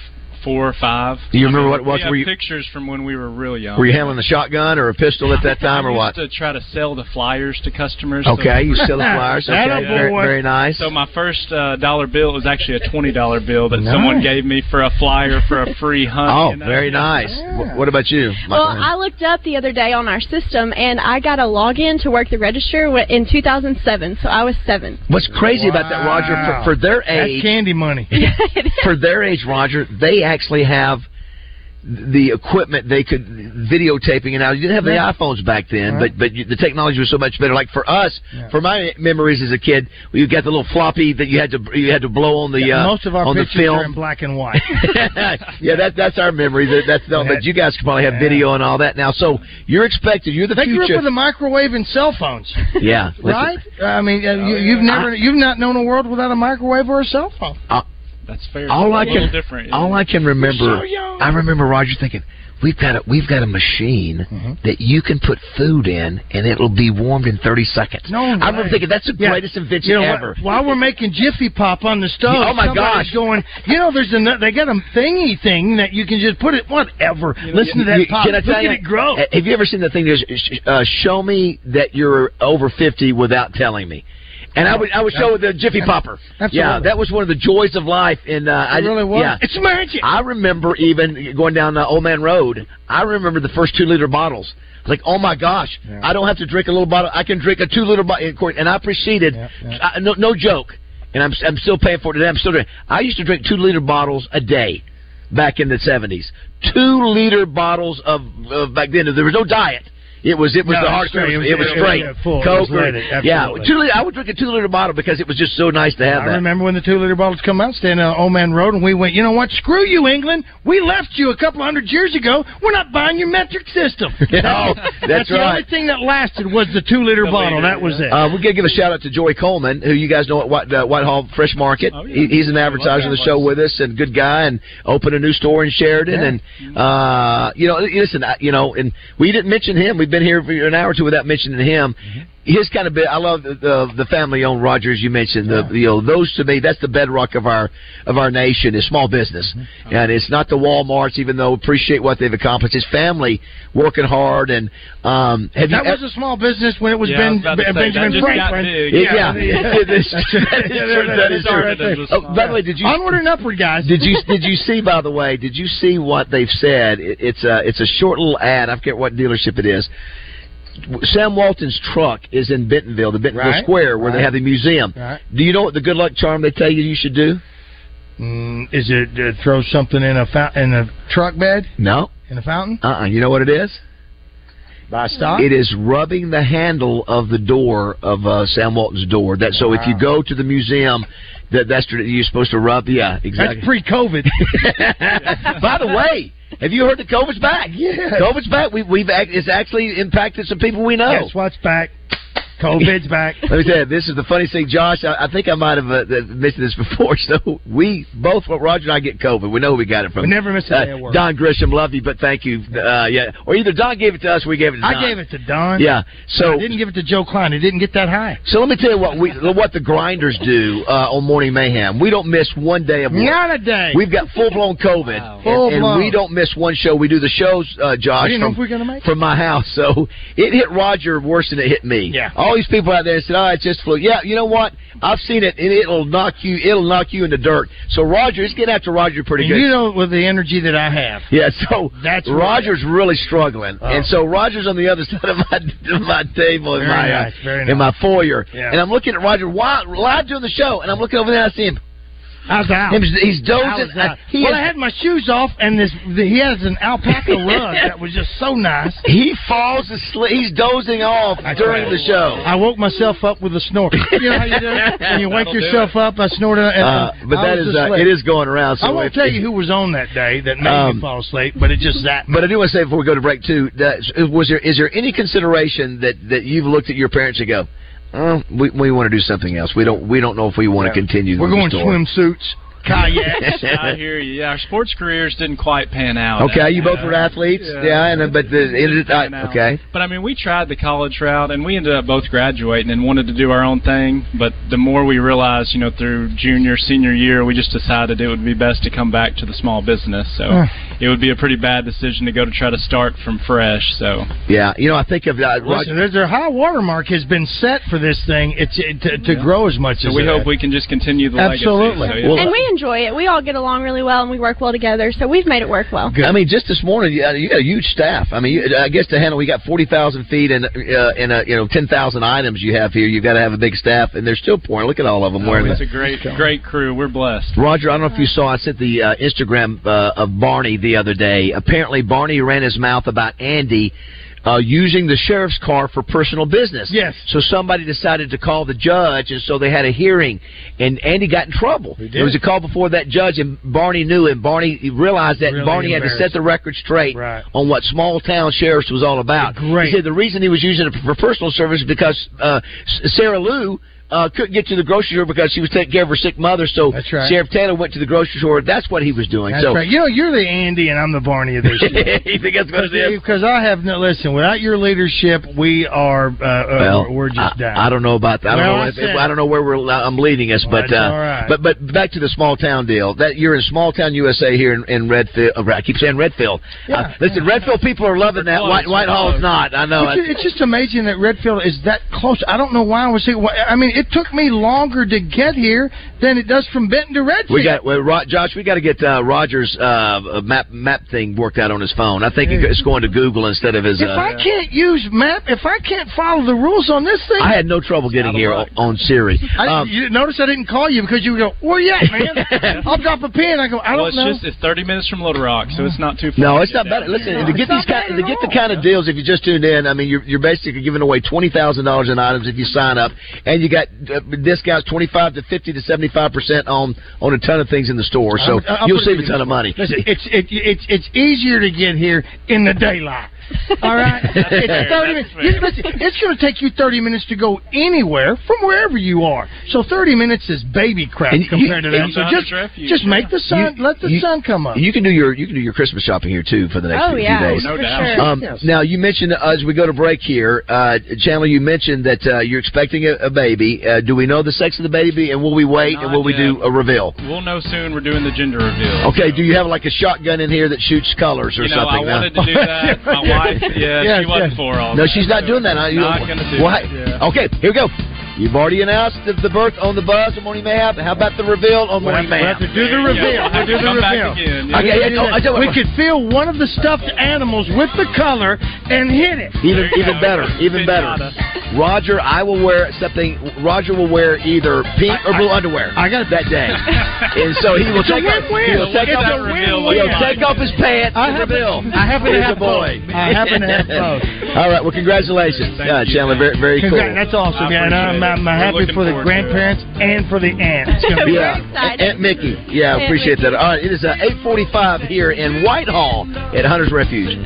[SPEAKER 18] four or five.
[SPEAKER 5] Do you remember
[SPEAKER 18] I mean,
[SPEAKER 5] what it was?
[SPEAKER 18] We have
[SPEAKER 5] Were you-
[SPEAKER 18] pictures from when we were real young.
[SPEAKER 5] Were you handling a shotgun or a pistol at that time, or
[SPEAKER 18] I
[SPEAKER 5] what?
[SPEAKER 18] used to try to sell the flyers to customers.
[SPEAKER 5] Okay, you sell the flyers. Okay, Atta very- boy. very nice.
[SPEAKER 18] So my first uh, dollar bill was actually a twenty dollar bill that
[SPEAKER 5] Nice.
[SPEAKER 18] someone gave me for a flyer for a free hunt.
[SPEAKER 5] Oh,
[SPEAKER 18] you know?
[SPEAKER 5] very nice. Wh- What about you? Michael?
[SPEAKER 19] Well, I looked up the other day on our system, and I got a login to work the register wi- in 2007, so I was seven.
[SPEAKER 5] What's crazy about that, Roger? For, for their
[SPEAKER 6] That's
[SPEAKER 5] age,
[SPEAKER 6] candy money.
[SPEAKER 5] for their age, Roger, they actually have the equipment they could videotaping and now you didn't have the
[SPEAKER 18] Yeah.
[SPEAKER 5] iPhones back then
[SPEAKER 18] Right.
[SPEAKER 5] but but you, the technology was so much better like for us for my memories as a kid you got the little floppy that you had to you had to blow on the uh,
[SPEAKER 6] Most of our
[SPEAKER 5] on the
[SPEAKER 6] pictures are in
[SPEAKER 5] film
[SPEAKER 6] black and white.
[SPEAKER 5] yeah that that's our memory that, that's no, but you guys can probably have video and all that now so you're expected you're the
[SPEAKER 6] They grew
[SPEAKER 5] future
[SPEAKER 6] up with a microwave and cell phones,
[SPEAKER 5] yeah listen. Oh,
[SPEAKER 6] right? I mean, uh, you, you've never, you've not known a world without a microwave or a cell phone.
[SPEAKER 18] That's fair.
[SPEAKER 5] all
[SPEAKER 18] It's
[SPEAKER 5] I
[SPEAKER 18] a little
[SPEAKER 5] can
[SPEAKER 18] different.
[SPEAKER 5] all I can
[SPEAKER 18] We're
[SPEAKER 5] remember
[SPEAKER 18] so young.
[SPEAKER 5] I remember Roger thinking we've got a we've got a machine
[SPEAKER 6] Mm-hmm.
[SPEAKER 5] that you can put food in and it'll be warmed in 30 seconds. No, I remember thinking that's the greatest invention
[SPEAKER 6] You know, wh-
[SPEAKER 5] ever.
[SPEAKER 6] While we're making Jiffy Pop on the stove,
[SPEAKER 5] Oh, my
[SPEAKER 6] somebody's
[SPEAKER 5] gosh.
[SPEAKER 6] Going, you know, there's a they got a thingy thing that you can just put it whatever. Listen to that
[SPEAKER 5] You-
[SPEAKER 6] pop.
[SPEAKER 5] Can I
[SPEAKER 6] Look
[SPEAKER 5] tell
[SPEAKER 6] at
[SPEAKER 5] you,
[SPEAKER 6] it grow.
[SPEAKER 5] Have you ever seen the thing? There's sh- uh, show me that you're over 50 without telling me. And I would I would show the Jiffy Popper.
[SPEAKER 6] Absolutely.
[SPEAKER 5] Yeah, Uh, that was one of the joys of life. And uh, I
[SPEAKER 6] It really was.
[SPEAKER 5] Yeah.
[SPEAKER 6] It's magic.
[SPEAKER 5] I remember even going down uh, Old Man Road. I remember the first two liter bottles. Like, oh my gosh, I don't have to drink a little bottle. I can drink a two liter bottle. And I proceeded. I, no, no joke. And I'm I'm still paying for it today. I'm still drinking. I used to drink two liter bottles a day back in the seventies. Two liter bottles of, of back then. There was no diet. It was it was
[SPEAKER 6] No,
[SPEAKER 5] the
[SPEAKER 6] it's
[SPEAKER 5] hardcore.
[SPEAKER 6] straight.
[SPEAKER 5] It
[SPEAKER 6] It
[SPEAKER 5] was,
[SPEAKER 6] was-
[SPEAKER 5] it was
[SPEAKER 6] it was
[SPEAKER 5] straight.
[SPEAKER 6] full. It
[SPEAKER 5] Coke.
[SPEAKER 6] was loaded.
[SPEAKER 5] or- yeah,
[SPEAKER 6] Absolutely.
[SPEAKER 5] two liter. I would drink a two liter bottle because it was just so nice to have
[SPEAKER 6] I
[SPEAKER 5] that.
[SPEAKER 6] remember when the two liter bottles come out, standing on Old Man Road, and we went, you know what? Screw you, England. We left you a couple hundred years ago. We're not buying your metric system.
[SPEAKER 5] No, that's
[SPEAKER 6] the
[SPEAKER 5] right.
[SPEAKER 6] only thing that lasted was the two liter bottle. That was it.
[SPEAKER 5] Uh, we got to give a shout out to Joey Coleman, who you guys know at White, uh, Whitehall Fresh Market.
[SPEAKER 6] Oh,
[SPEAKER 5] he, he's an advertiser of the show with us and good guy, and opened a new store in Sheridan.
[SPEAKER 6] Mm-hmm.
[SPEAKER 5] And uh, you know, listen, I, you know, and we didn't mention him. We've been here for an hour or two without mentioning him.
[SPEAKER 6] Mm-hmm.
[SPEAKER 5] His kind of bit. I love the the, the family owned Rogers. You mentioned the you know those to me. That's the bedrock of our of our nation is small business,
[SPEAKER 6] Mm-hmm. Uh-huh.
[SPEAKER 5] and it's not the WalMarts. Even though appreciate what they've accomplished, his family working hard and um, have
[SPEAKER 6] that
[SPEAKER 5] you
[SPEAKER 6] was a small business when it was
[SPEAKER 5] Yeah, I was
[SPEAKER 6] Ben,
[SPEAKER 5] about to say, that
[SPEAKER 6] Benjamin
[SPEAKER 5] just got
[SPEAKER 6] Franklin.
[SPEAKER 5] big. Yeah. It is- that is true, that is true. Oh, by the way, did you-
[SPEAKER 6] onward and upward, guys?
[SPEAKER 5] did you did you see by the way did you see what they've said it, it's a it's a short little ad i forget what dealership it is sam walton's truck is in bentonville the bentonville
[SPEAKER 6] Right,
[SPEAKER 5] square where they
[SPEAKER 6] right.
[SPEAKER 5] have the museum
[SPEAKER 6] Right.
[SPEAKER 5] do you know what the good luck charm they tell you you should do
[SPEAKER 6] Mm, is it uh, throw something in a fou- in a truck bed
[SPEAKER 5] no
[SPEAKER 6] in a fountain?
[SPEAKER 5] uh-uh you know what it is
[SPEAKER 6] Buy stock.
[SPEAKER 5] It is rubbing the handle of the door of uh, Sam Walton's door. That so if you go to the museum, that that's what you're supposed to rub. Yeah, exactly.
[SPEAKER 6] That's pre-COVID.
[SPEAKER 5] By the way, have you heard that COVID's back? Yeah, COVID's back. We, we've act, it's actually impacted some people we know.
[SPEAKER 6] Guess what's back? COVID's back.
[SPEAKER 5] Let me tell you, this is the funniest thing, Josh. I, I think I might have uh, mentioned this before. So we both, well, Roger and I, get COVID. We know we got it from.
[SPEAKER 6] We never miss a day of
[SPEAKER 5] uh,
[SPEAKER 6] work.
[SPEAKER 5] Don Grisham, love you, but thank you. Uh, yeah, or either Don gave it to us, or we gave it. to Don.
[SPEAKER 6] I gave it to Don.
[SPEAKER 5] Yeah, so-
[SPEAKER 6] I didn't give it to Joe Klein. It didn't get that high.
[SPEAKER 5] So let me tell you what we what the grinders do uh, on Morning Mayhem. We don't miss one day of work.
[SPEAKER 6] Not a day.
[SPEAKER 5] We've got full blown COVID, and- and,
[SPEAKER 6] Full-blown.
[SPEAKER 5] we don't miss one show. We do the shows, uh,
[SPEAKER 6] I
[SPEAKER 5] Josh,
[SPEAKER 6] didn't know if we
[SPEAKER 5] from,
[SPEAKER 6] were gonna make. it.
[SPEAKER 5] from my house. So it hit Roger worse than it hit me. Yeah. All these people out there said, "Oh, it's just flu." Yeah, you know what? I've seen it, and it'll knock you. It'll knock you in the dirt. So Roger, it's getting after Roger pretty
[SPEAKER 6] And
[SPEAKER 5] good.
[SPEAKER 6] you know, with the energy that I have,
[SPEAKER 5] Yeah, so
[SPEAKER 6] That's right.
[SPEAKER 5] Roger's really struggling,
[SPEAKER 6] Oh.
[SPEAKER 5] and so Roger's on the other side of my, of my table in
[SPEAKER 6] Very
[SPEAKER 5] my uh,
[SPEAKER 6] nice, very
[SPEAKER 5] in my
[SPEAKER 6] nice.
[SPEAKER 5] foyer,
[SPEAKER 6] Yeah.
[SPEAKER 5] and I'm looking at Roger while live doing the show, and I'm looking over there, and I see him.
[SPEAKER 6] I was out.
[SPEAKER 5] Him- he's dozing.
[SPEAKER 6] I was
[SPEAKER 5] I-
[SPEAKER 6] out.
[SPEAKER 5] he
[SPEAKER 6] well,
[SPEAKER 5] is-
[SPEAKER 6] I had my shoes off, and this he has an alpaca rug that was just so nice.
[SPEAKER 5] He falls asleep. He's dozing off during the show.
[SPEAKER 6] I woke myself up with a snort. You know how you do it? When you wake
[SPEAKER 5] That'll do
[SPEAKER 6] yourself up, I snorted. And
[SPEAKER 5] Uh, but
[SPEAKER 6] I
[SPEAKER 5] that
[SPEAKER 6] was
[SPEAKER 5] is uh,
[SPEAKER 6] asleep.
[SPEAKER 5] it is going around. So
[SPEAKER 6] I won't
[SPEAKER 5] if-
[SPEAKER 6] tell you who was on that day that made
[SPEAKER 5] Um,
[SPEAKER 6] me fall asleep, but it just that.
[SPEAKER 5] But I do want to say before we go to break too, that, was there is there any consideration that that you've looked at your parents and go, oh, we we want to do something else. We don't we don't know if we want to continue.
[SPEAKER 6] We're
[SPEAKER 5] with
[SPEAKER 6] going
[SPEAKER 5] the store.
[SPEAKER 6] swimsuits, kayaks.
[SPEAKER 18] I hear you. Yeah, our sports careers didn't quite pan out.
[SPEAKER 5] Okay, you both were athletes, Oh, yeah, and uh, but the, it,
[SPEAKER 18] Pan
[SPEAKER 5] I,
[SPEAKER 18] out.
[SPEAKER 5] okay.
[SPEAKER 18] But I mean, we tried the college route, and we ended up both graduating and wanted to do our own thing. But the more we realized, you know, through junior, senior year, we just decided it would be best to come back to the small business. So
[SPEAKER 5] Ugh.
[SPEAKER 18] it would be a pretty bad decision to go to try to start from fresh. So
[SPEAKER 5] Yeah, you know, I think of uh, Roger-
[SPEAKER 6] Listen, there's their high watermark has been set for this thing. It's it, to, to grow as much
[SPEAKER 18] So
[SPEAKER 6] as
[SPEAKER 18] we
[SPEAKER 6] it
[SPEAKER 18] hope
[SPEAKER 6] has.
[SPEAKER 18] we can just continue the
[SPEAKER 6] Absolutely.
[SPEAKER 18] legacy.
[SPEAKER 5] Well,
[SPEAKER 19] and we enjoy it. We all get along really well, and we work well together. So we've made it work well.
[SPEAKER 5] I mean, just this morning, you you got a huge staff. I mean, you, I guess to handle, we got forty thousand feet and uh, and uh, you know ten thousand items you have here. You've got to have a big staff, and they're still pouring. Look at all of them wearing.
[SPEAKER 18] Oh,
[SPEAKER 5] the-
[SPEAKER 18] it's a great, great crew. We're blessed.
[SPEAKER 5] Roger, I don't know if you saw. I sent the uh, Instagram uh, of Barney the other day. Apparently, Barney ran his mouth about Andy. Uh, using the sheriff's car for personal business. Yes. So somebody decided to call the judge, and so they had a hearing, and Andy got in trouble. There was a call before that judge, and Barney knew, and Barney realized that. and
[SPEAKER 6] Really
[SPEAKER 5] Barney had to set the record straight
[SPEAKER 6] Right.
[SPEAKER 5] on what small town sheriffs was all about.
[SPEAKER 6] Great.
[SPEAKER 5] He said the reason he was using it for personal service is because uh, S- Sarah Lou uh, couldn't get to the grocery store because she was taking care of her sick mother. So
[SPEAKER 6] That's right.
[SPEAKER 5] Sheriff Taylor went to the grocery store. That's what he was doing.
[SPEAKER 6] That's
[SPEAKER 5] so
[SPEAKER 6] right. You know, you're the Andy and I'm the Barney of this year.
[SPEAKER 5] you think that's what it is?
[SPEAKER 6] Because I have no listen. Without your leadership, we are uh, uh,
[SPEAKER 5] Well,
[SPEAKER 6] we're, we're just down.
[SPEAKER 5] I don't know about that. I don't
[SPEAKER 6] Well,
[SPEAKER 5] know.
[SPEAKER 6] I
[SPEAKER 5] if-
[SPEAKER 6] said-
[SPEAKER 5] I don't know where we're. uh, I'm leading us, but
[SPEAKER 6] Well, that's
[SPEAKER 5] uh,
[SPEAKER 6] all right.
[SPEAKER 5] but but back to the small town deal. That you're in small town USA here in, in Redfield. uh, I keep saying Redfield. Uh, listen, Redfield people are loving that.
[SPEAKER 6] close,
[SPEAKER 5] White,
[SPEAKER 6] we're
[SPEAKER 5] Whitehall's
[SPEAKER 6] close.
[SPEAKER 5] not. I know.
[SPEAKER 6] It's, ju- it's just amazing that Redfield is that close. I don't know why I was here. Why- I mean, it took me longer to get here than it does from Benton to Redfield.
[SPEAKER 5] We got well, Ro- Josh. We got to get uh, Roger's uh, uh, map map thing worked out on his phone. I think it's going to Google instead of his.
[SPEAKER 6] if I
[SPEAKER 5] Uh,
[SPEAKER 6] can't use map, if I can't follow the rules on this thing,
[SPEAKER 5] I had no trouble getting here on, on Siri.
[SPEAKER 6] I,
[SPEAKER 5] Um,
[SPEAKER 6] you notice I didn't call you because you would go, where you at, man? I'll drop a pin. I go, I don't
[SPEAKER 18] well, it's
[SPEAKER 6] know.
[SPEAKER 18] just it's 30 minutes from Little Rock, so it's not too far.
[SPEAKER 5] No,
[SPEAKER 18] to
[SPEAKER 5] it's not
[SPEAKER 18] get down
[SPEAKER 5] bad.
[SPEAKER 18] here.
[SPEAKER 5] Listen, to get these kind, to get the kind of deals, if you just tuned in, I mean, you're, you're basically giving away twenty thousand dollars in items if you sign up, and you got uh, discounts twenty five to fifty to seventy five percent on on a ton of things in the store. So
[SPEAKER 6] I'm- I'm
[SPEAKER 5] you'll
[SPEAKER 6] pretty
[SPEAKER 5] save a ton of money.
[SPEAKER 6] Listen, it's it, it's it's easier to get here in the daylight. All right, it's thirty minutes. You- listen, it's going to take you thirty minutes to go anywhere from wherever you are. So thirty minutes is baby crap
[SPEAKER 5] And you-
[SPEAKER 6] compared to that.
[SPEAKER 5] and
[SPEAKER 6] So
[SPEAKER 5] you-
[SPEAKER 6] just
[SPEAKER 5] refuge,
[SPEAKER 6] just
[SPEAKER 5] yeah.
[SPEAKER 6] make the sun,
[SPEAKER 5] You-
[SPEAKER 6] let the
[SPEAKER 5] you-
[SPEAKER 6] sun come up.
[SPEAKER 5] You can do your you can do your Christmas shopping here too for the next
[SPEAKER 6] Oh,
[SPEAKER 5] few, few
[SPEAKER 6] yeah,
[SPEAKER 5] days.
[SPEAKER 6] No for doubt. sure.
[SPEAKER 5] Um,
[SPEAKER 6] Yes.
[SPEAKER 5] Now you mentioned uh, as we go to break here, uh, Chandler. You mentioned that uh, you're expecting a, a baby. Uh, do we know the sex of the baby, and will we wait, and will we do a reveal?
[SPEAKER 18] We'll know soon. We're doing the gender reveal.
[SPEAKER 5] Okay. Do you have like a shotgun in here that shoots colors or
[SPEAKER 18] You know,
[SPEAKER 5] something?
[SPEAKER 18] I
[SPEAKER 5] huh?
[SPEAKER 18] wanted to do that. My wife, yeah,
[SPEAKER 5] Yes,
[SPEAKER 18] she wasn't
[SPEAKER 5] yes.
[SPEAKER 18] for all
[SPEAKER 5] No,
[SPEAKER 18] that.
[SPEAKER 5] she's not doing that. huh? You-
[SPEAKER 18] Not gonna do
[SPEAKER 5] Why?
[SPEAKER 18] it, yeah.
[SPEAKER 5] Okay, here we go. You've already announced the, the birth on the bus on Morning Mayhap. How about the reveal on Morning
[SPEAKER 6] We'll
[SPEAKER 5] Mayhap?
[SPEAKER 6] have to do the reveal. We'll do the reveal.
[SPEAKER 5] Okay, yeah, no, I tell you what-
[SPEAKER 6] we could fill one of the stuffed animals with the color and hit it.
[SPEAKER 5] Even even better, even better. Roger, I will wear something. Roger will wear either pink or blue underwear. I got that day, and so he will
[SPEAKER 6] It's a
[SPEAKER 5] take off.
[SPEAKER 6] win-win.
[SPEAKER 5] He will take
[SPEAKER 6] It's
[SPEAKER 5] off,
[SPEAKER 6] a win-win.
[SPEAKER 5] He'll take off his pants.
[SPEAKER 6] I
[SPEAKER 5] and
[SPEAKER 6] happen-
[SPEAKER 5] reveal.
[SPEAKER 6] I happen to
[SPEAKER 5] He's a
[SPEAKER 6] have
[SPEAKER 5] boy.
[SPEAKER 6] both. I happen to have both.
[SPEAKER 5] All right. Well, congratulations, uh, Chandler. Very very cool.
[SPEAKER 6] Congrats, That's awesome, man. I'm, I'm happy for the grandparents and for the aunt. It's gonna be
[SPEAKER 5] yeah, Aunt Mickey. Yeah,
[SPEAKER 6] Aunt
[SPEAKER 5] appreciate
[SPEAKER 6] Mickey.
[SPEAKER 5] that. All right, it is uh, 8:45 here in Whitehall at Hunter's Refuge.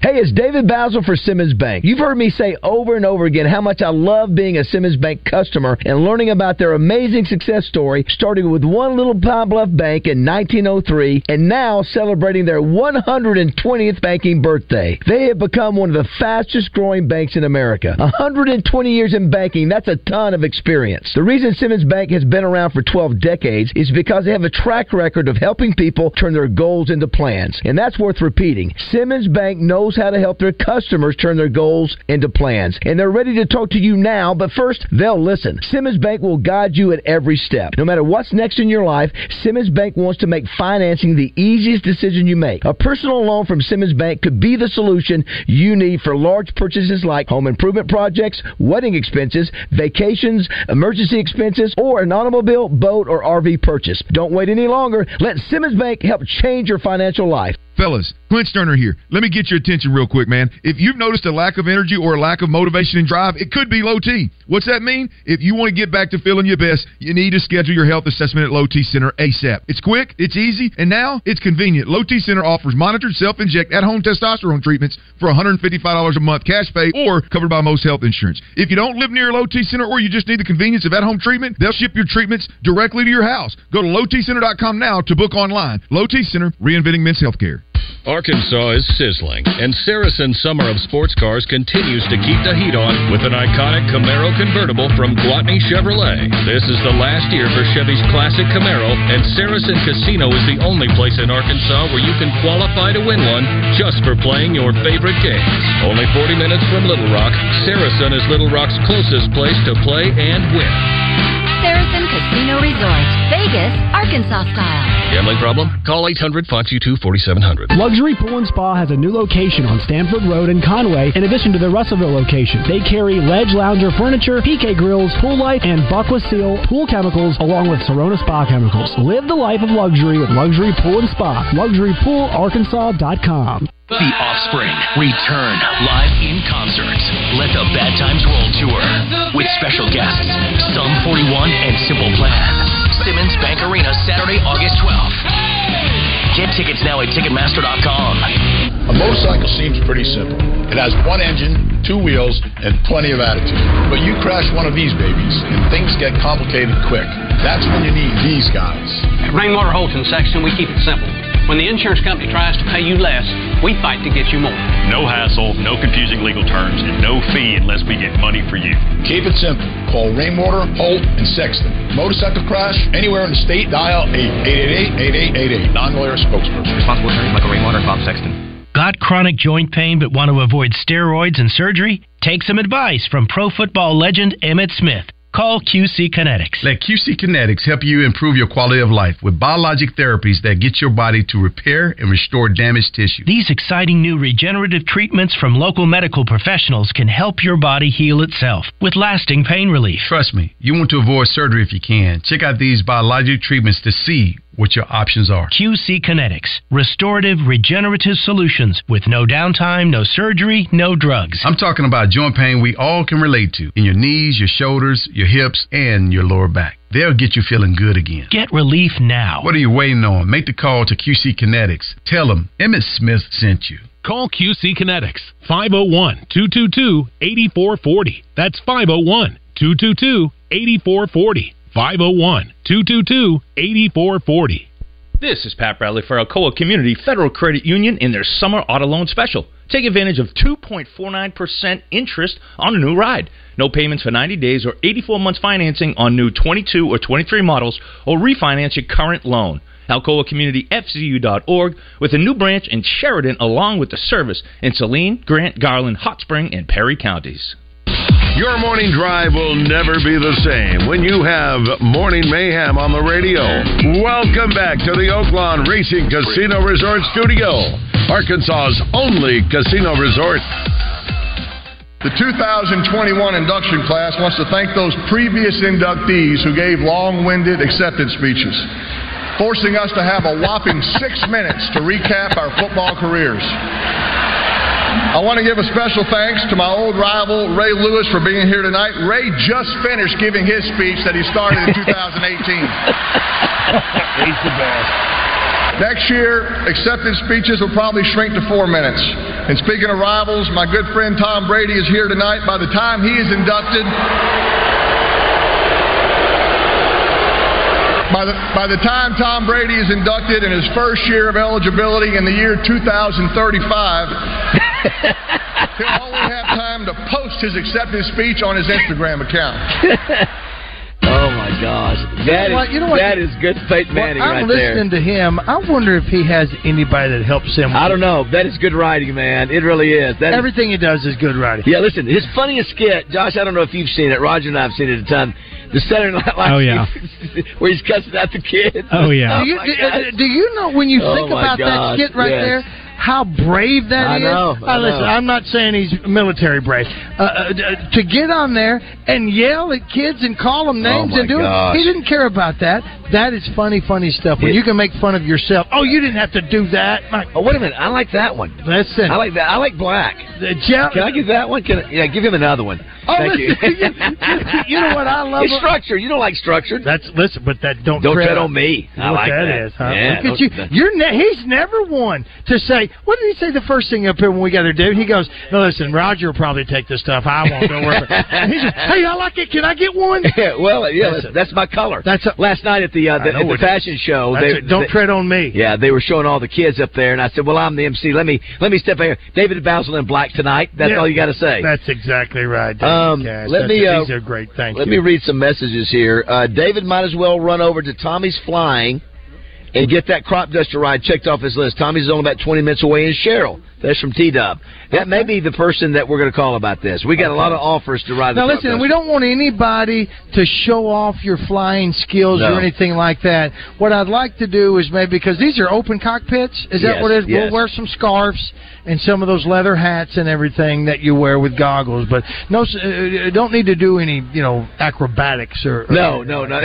[SPEAKER 5] Hey, it's David Basil for Simmons Bank. You've heard me say over and over again how much I love being a Simmons Bank customer and learning about their amazing success story, starting with one little Pine Bluff bank in 1903 and now celebrating their 120th banking birthday. They have become one of the fastest growing banks in America. 120 years in banking, that's a ton of experience. The reason Simmons Bank has been around for 12 decades is because they have a track record of helping people turn their goals into plans. And that's worth repeating. Simmons Bank knows how to help their customers turn their goals into plans. And they're ready to talk to you now, but first, they'll listen. Simmons Bank will guide you at every step. No matter what's next in your life, Simmons Bank wants to make financing the easiest decision you make. A personal loan from Simmons Bank could be the solution you need for large purchases like home improvement projects, wedding expenses, vacations, emergency expenses, or an automobile, boat, or RV purchase. Don't wait any longer. Let Simmons Bank help change your financial life.
[SPEAKER 10] Fellas, Clint Sterner here. Let me get your attention real quick, man. If you've noticed a lack of energy or a lack of motivation and drive, it could be low T. What's that mean? If you want to get back to feeling your best, you need to schedule your health assessment at Low T Center ASAP. It's quick, it's easy, and now it's convenient. Low T Center offers monitored self-inject at-home testosterone treatments for $155 a month cash pay or covered by most health insurance. If you don't live near a Low T Center or you just need the convenience of at-home treatment, they'll ship your treatments directly to your house. Go to lowtcenter.com now to book online. Low T Center, reinventing men's health care.
[SPEAKER 20] Arkansas is sizzling, and Saracen's summer of sports cars continues to keep the heat on with an iconic Camaro convertible from Guatney Chevrolet. This is the last year for Chevy's classic Camaro, and Saracen Casino is the only place in Arkansas where you can qualify to win one just for playing your favorite games. Only 40 minutes from Little Rock, Saracen is Little Rock's closest place to play and win.
[SPEAKER 21] Saracen Casino Resort, Vegas, Arkansas style.
[SPEAKER 20] Gambling problem? Call 800 522 4700.
[SPEAKER 22] Luxury Pool and Spa has a new location on Stamford Road in Conway in addition to their Russellville location. They carry Ledge Lounger furniture, PK grills, pool light, and Buckla Seal pool chemicals along with Serona Spa chemicals. Live the life of luxury with Luxury Pool and Spa. LuxuryPoolArkansas.com.
[SPEAKER 1] The Offspring return live in concert. Let the Bad Times Roll tour with special guests Sum 41 and Simple Plan. Simmons Bank Arena Saturday, August 12th. Get tickets now at Ticketmaster.com.
[SPEAKER 2] A motorcycle seems pretty simple. It has one engine, two wheels, and plenty of attitude. But you crash one of these babies, and things get complicated quick. That's when you need these guys.
[SPEAKER 23] At Rainwater Holton section, we keep it simple. When the insurance company tries to pay you less, we fight to get you more.
[SPEAKER 24] No hassle, no confusing legal terms, and no fee unless we get money for you.
[SPEAKER 2] Keep it simple. Call Rainwater, Holt, and Sexton. Motorcycle crash anywhere in the state, dial 888 8888. Non lawyer spokesperson. Responsible attorney Michael Rainwater and Bob Sexton.
[SPEAKER 25] Got chronic joint pain but want to avoid steroids and surgery? Take some advice from pro football legend Emmett Smith. Call QC Kinetics.
[SPEAKER 26] Let QC Kinetics help you improve your quality of life with biologic therapies that get your body to repair and restore damaged tissue.
[SPEAKER 25] These exciting new regenerative treatments from local medical professionals can help your body heal itself with lasting pain relief.
[SPEAKER 26] Trust me, you want to avoid surgery if you can. Check out these biologic treatments to see what your options are.
[SPEAKER 25] QC Kinetics, restorative, regenerative solutions with no downtime, no surgery, no drugs.
[SPEAKER 26] I'm talking about joint pain we all can relate to in your knees, your shoulders, your hips, and your lower back. They'll get you feeling good again.
[SPEAKER 25] Get relief now.
[SPEAKER 26] What are you waiting on? Make the call to QC Kinetics. Tell them Emmett Smith sent you.
[SPEAKER 27] Call QC Kinetics 501 222 8440. oh. That's 501 222 8440. 501 222 8440.
[SPEAKER 28] This is Pat Bradley for Alcoa Community Federal Credit Union in their summer auto loan special. Take advantage of 2.49% interest on a new ride. No payments for 90 days or 84 months financing on new 22 or 23 models or refinance your current loan. Alcoa Community FCU.org with a new branch in Sheridan along with the service in Saline, Grant, Garland, Hot Spring, and Perry counties.
[SPEAKER 3] Your morning drive will never be the same when you have Morning Mayhem on the radio. Welcome back to the Oaklawn Racing Casino Resort Studio, Arkansas's only casino resort.
[SPEAKER 29] The 2021 induction class wants to thank those previous inductees who gave long winded acceptance speeches, forcing us to have a whopping six minutes to recap our football careers. I want to give a special thanks to my old rival, Ray Lewis, for being here tonight. Ray just finished giving his speech that he started in 2018. He's the best. Next year, acceptance speeches will probably shrink to four minutes. And speaking of rivals, my good friend Tom Brady is here tonight. By the time he is inducted, By the, by the time Tom Brady is inducted in his first year of eligibility in the year 2035, he'll only have time to post his acceptance speech on his Instagram account.
[SPEAKER 5] Oh my gosh, that
[SPEAKER 6] You know what-
[SPEAKER 5] is-
[SPEAKER 6] you know what-
[SPEAKER 5] that is good faith Manning
[SPEAKER 6] I'm
[SPEAKER 5] right there.
[SPEAKER 6] listening to him. I wonder if he has anybody that helps him.
[SPEAKER 5] I don't know. That is good writing, man. It really is. That is-
[SPEAKER 6] Everything he does is good writing.
[SPEAKER 5] Yeah, listen, his funniest skit, Josh. I don't know if you've seen it. Roger and I've seen it a ton. The Saturday Night Live.
[SPEAKER 6] Oh, yeah.
[SPEAKER 5] skit where he's cussing out the kids. Oh,
[SPEAKER 6] Do you, uh,
[SPEAKER 5] my
[SPEAKER 6] do, do you know when you
[SPEAKER 5] Oh
[SPEAKER 6] think
[SPEAKER 5] my
[SPEAKER 6] about that
[SPEAKER 5] gosh,
[SPEAKER 6] skit right
[SPEAKER 5] yes.
[SPEAKER 6] there? How brave that
[SPEAKER 5] I
[SPEAKER 6] is?
[SPEAKER 5] know, I
[SPEAKER 6] Uh, listen,
[SPEAKER 5] know.
[SPEAKER 6] I'm not saying he's military brave. Uh, uh, d- uh, to get on there and yell at kids and call them names
[SPEAKER 5] Oh, my
[SPEAKER 6] and do
[SPEAKER 5] gosh.
[SPEAKER 6] it, he didn't care about that. That is funny, funny stuff. When
[SPEAKER 5] It-
[SPEAKER 6] you can make fun of yourself. Oh, you didn't have to do that. My,
[SPEAKER 5] oh, wait a minute. I like that one.
[SPEAKER 6] Listen,
[SPEAKER 5] I like that. I like black. Can I give that one? Can I, yeah, give him another one.
[SPEAKER 6] Oh,
[SPEAKER 5] Thank you.
[SPEAKER 6] listen, you- you know what I love?
[SPEAKER 5] It's structure. You don't like structure.
[SPEAKER 6] That's listen, but that don't
[SPEAKER 5] don't
[SPEAKER 6] tread
[SPEAKER 5] tread
[SPEAKER 6] on-
[SPEAKER 5] on me.
[SPEAKER 6] You
[SPEAKER 5] I
[SPEAKER 6] know
[SPEAKER 5] like
[SPEAKER 6] what
[SPEAKER 5] that.
[SPEAKER 6] is, huh?
[SPEAKER 5] Yeah,
[SPEAKER 6] Look at
[SPEAKER 5] don't-
[SPEAKER 6] you. You're ne- he's never one to say. What did he say the first thing up here when we got there, dude? He goes, "No, listen, Roger will probably take this stuff. I won't. Don't worry." about it." And he says, "Hey, I like it. Can I get one?"
[SPEAKER 5] Yeah, well, yeah,
[SPEAKER 6] Listen.
[SPEAKER 5] that's my color. That's last night at the uh,
[SPEAKER 6] I
[SPEAKER 5] the,
[SPEAKER 6] know
[SPEAKER 5] at the
[SPEAKER 6] it is.
[SPEAKER 5] fashion show.
[SPEAKER 6] That's
[SPEAKER 5] they-
[SPEAKER 6] it. Don't
[SPEAKER 5] they-
[SPEAKER 6] tread on me.
[SPEAKER 5] Yeah, they were showing all the kids up there, and I said, "Well, I'm the MC. Let me let me step in here." David Basil in black tonight. That's
[SPEAKER 6] Yeah.
[SPEAKER 5] all you got to say.
[SPEAKER 6] That's exactly right. David
[SPEAKER 5] Um,
[SPEAKER 6] Cass.
[SPEAKER 5] let
[SPEAKER 6] That's
[SPEAKER 5] me,
[SPEAKER 6] it.
[SPEAKER 5] uh,
[SPEAKER 6] These are great. Thank
[SPEAKER 5] Let
[SPEAKER 6] you.
[SPEAKER 5] me read some messages here. Uh, David might as well run over to Tommy's Flying and get that crop duster ride checked off his list. Tommy's is only about 20 minutes away in Cheryl. That's from T Dub. That may be the person that we're going to call about this. We got a lot of offers to ride.
[SPEAKER 6] Now
[SPEAKER 5] the
[SPEAKER 6] listen,
[SPEAKER 5] crop
[SPEAKER 6] we
[SPEAKER 5] duster.
[SPEAKER 6] don't want anybody to show off your flying skills
[SPEAKER 5] No.
[SPEAKER 6] or anything like that. What I'd like to do is maybe because these are open cockpits, is that
[SPEAKER 5] Yes,
[SPEAKER 6] what it is?
[SPEAKER 5] yes.
[SPEAKER 6] We'll wear some scarves and some of those leather hats and everything that you wear with goggles, but no, s- uh, don't need to do any you know acrobatics or, or
[SPEAKER 5] No, no, no.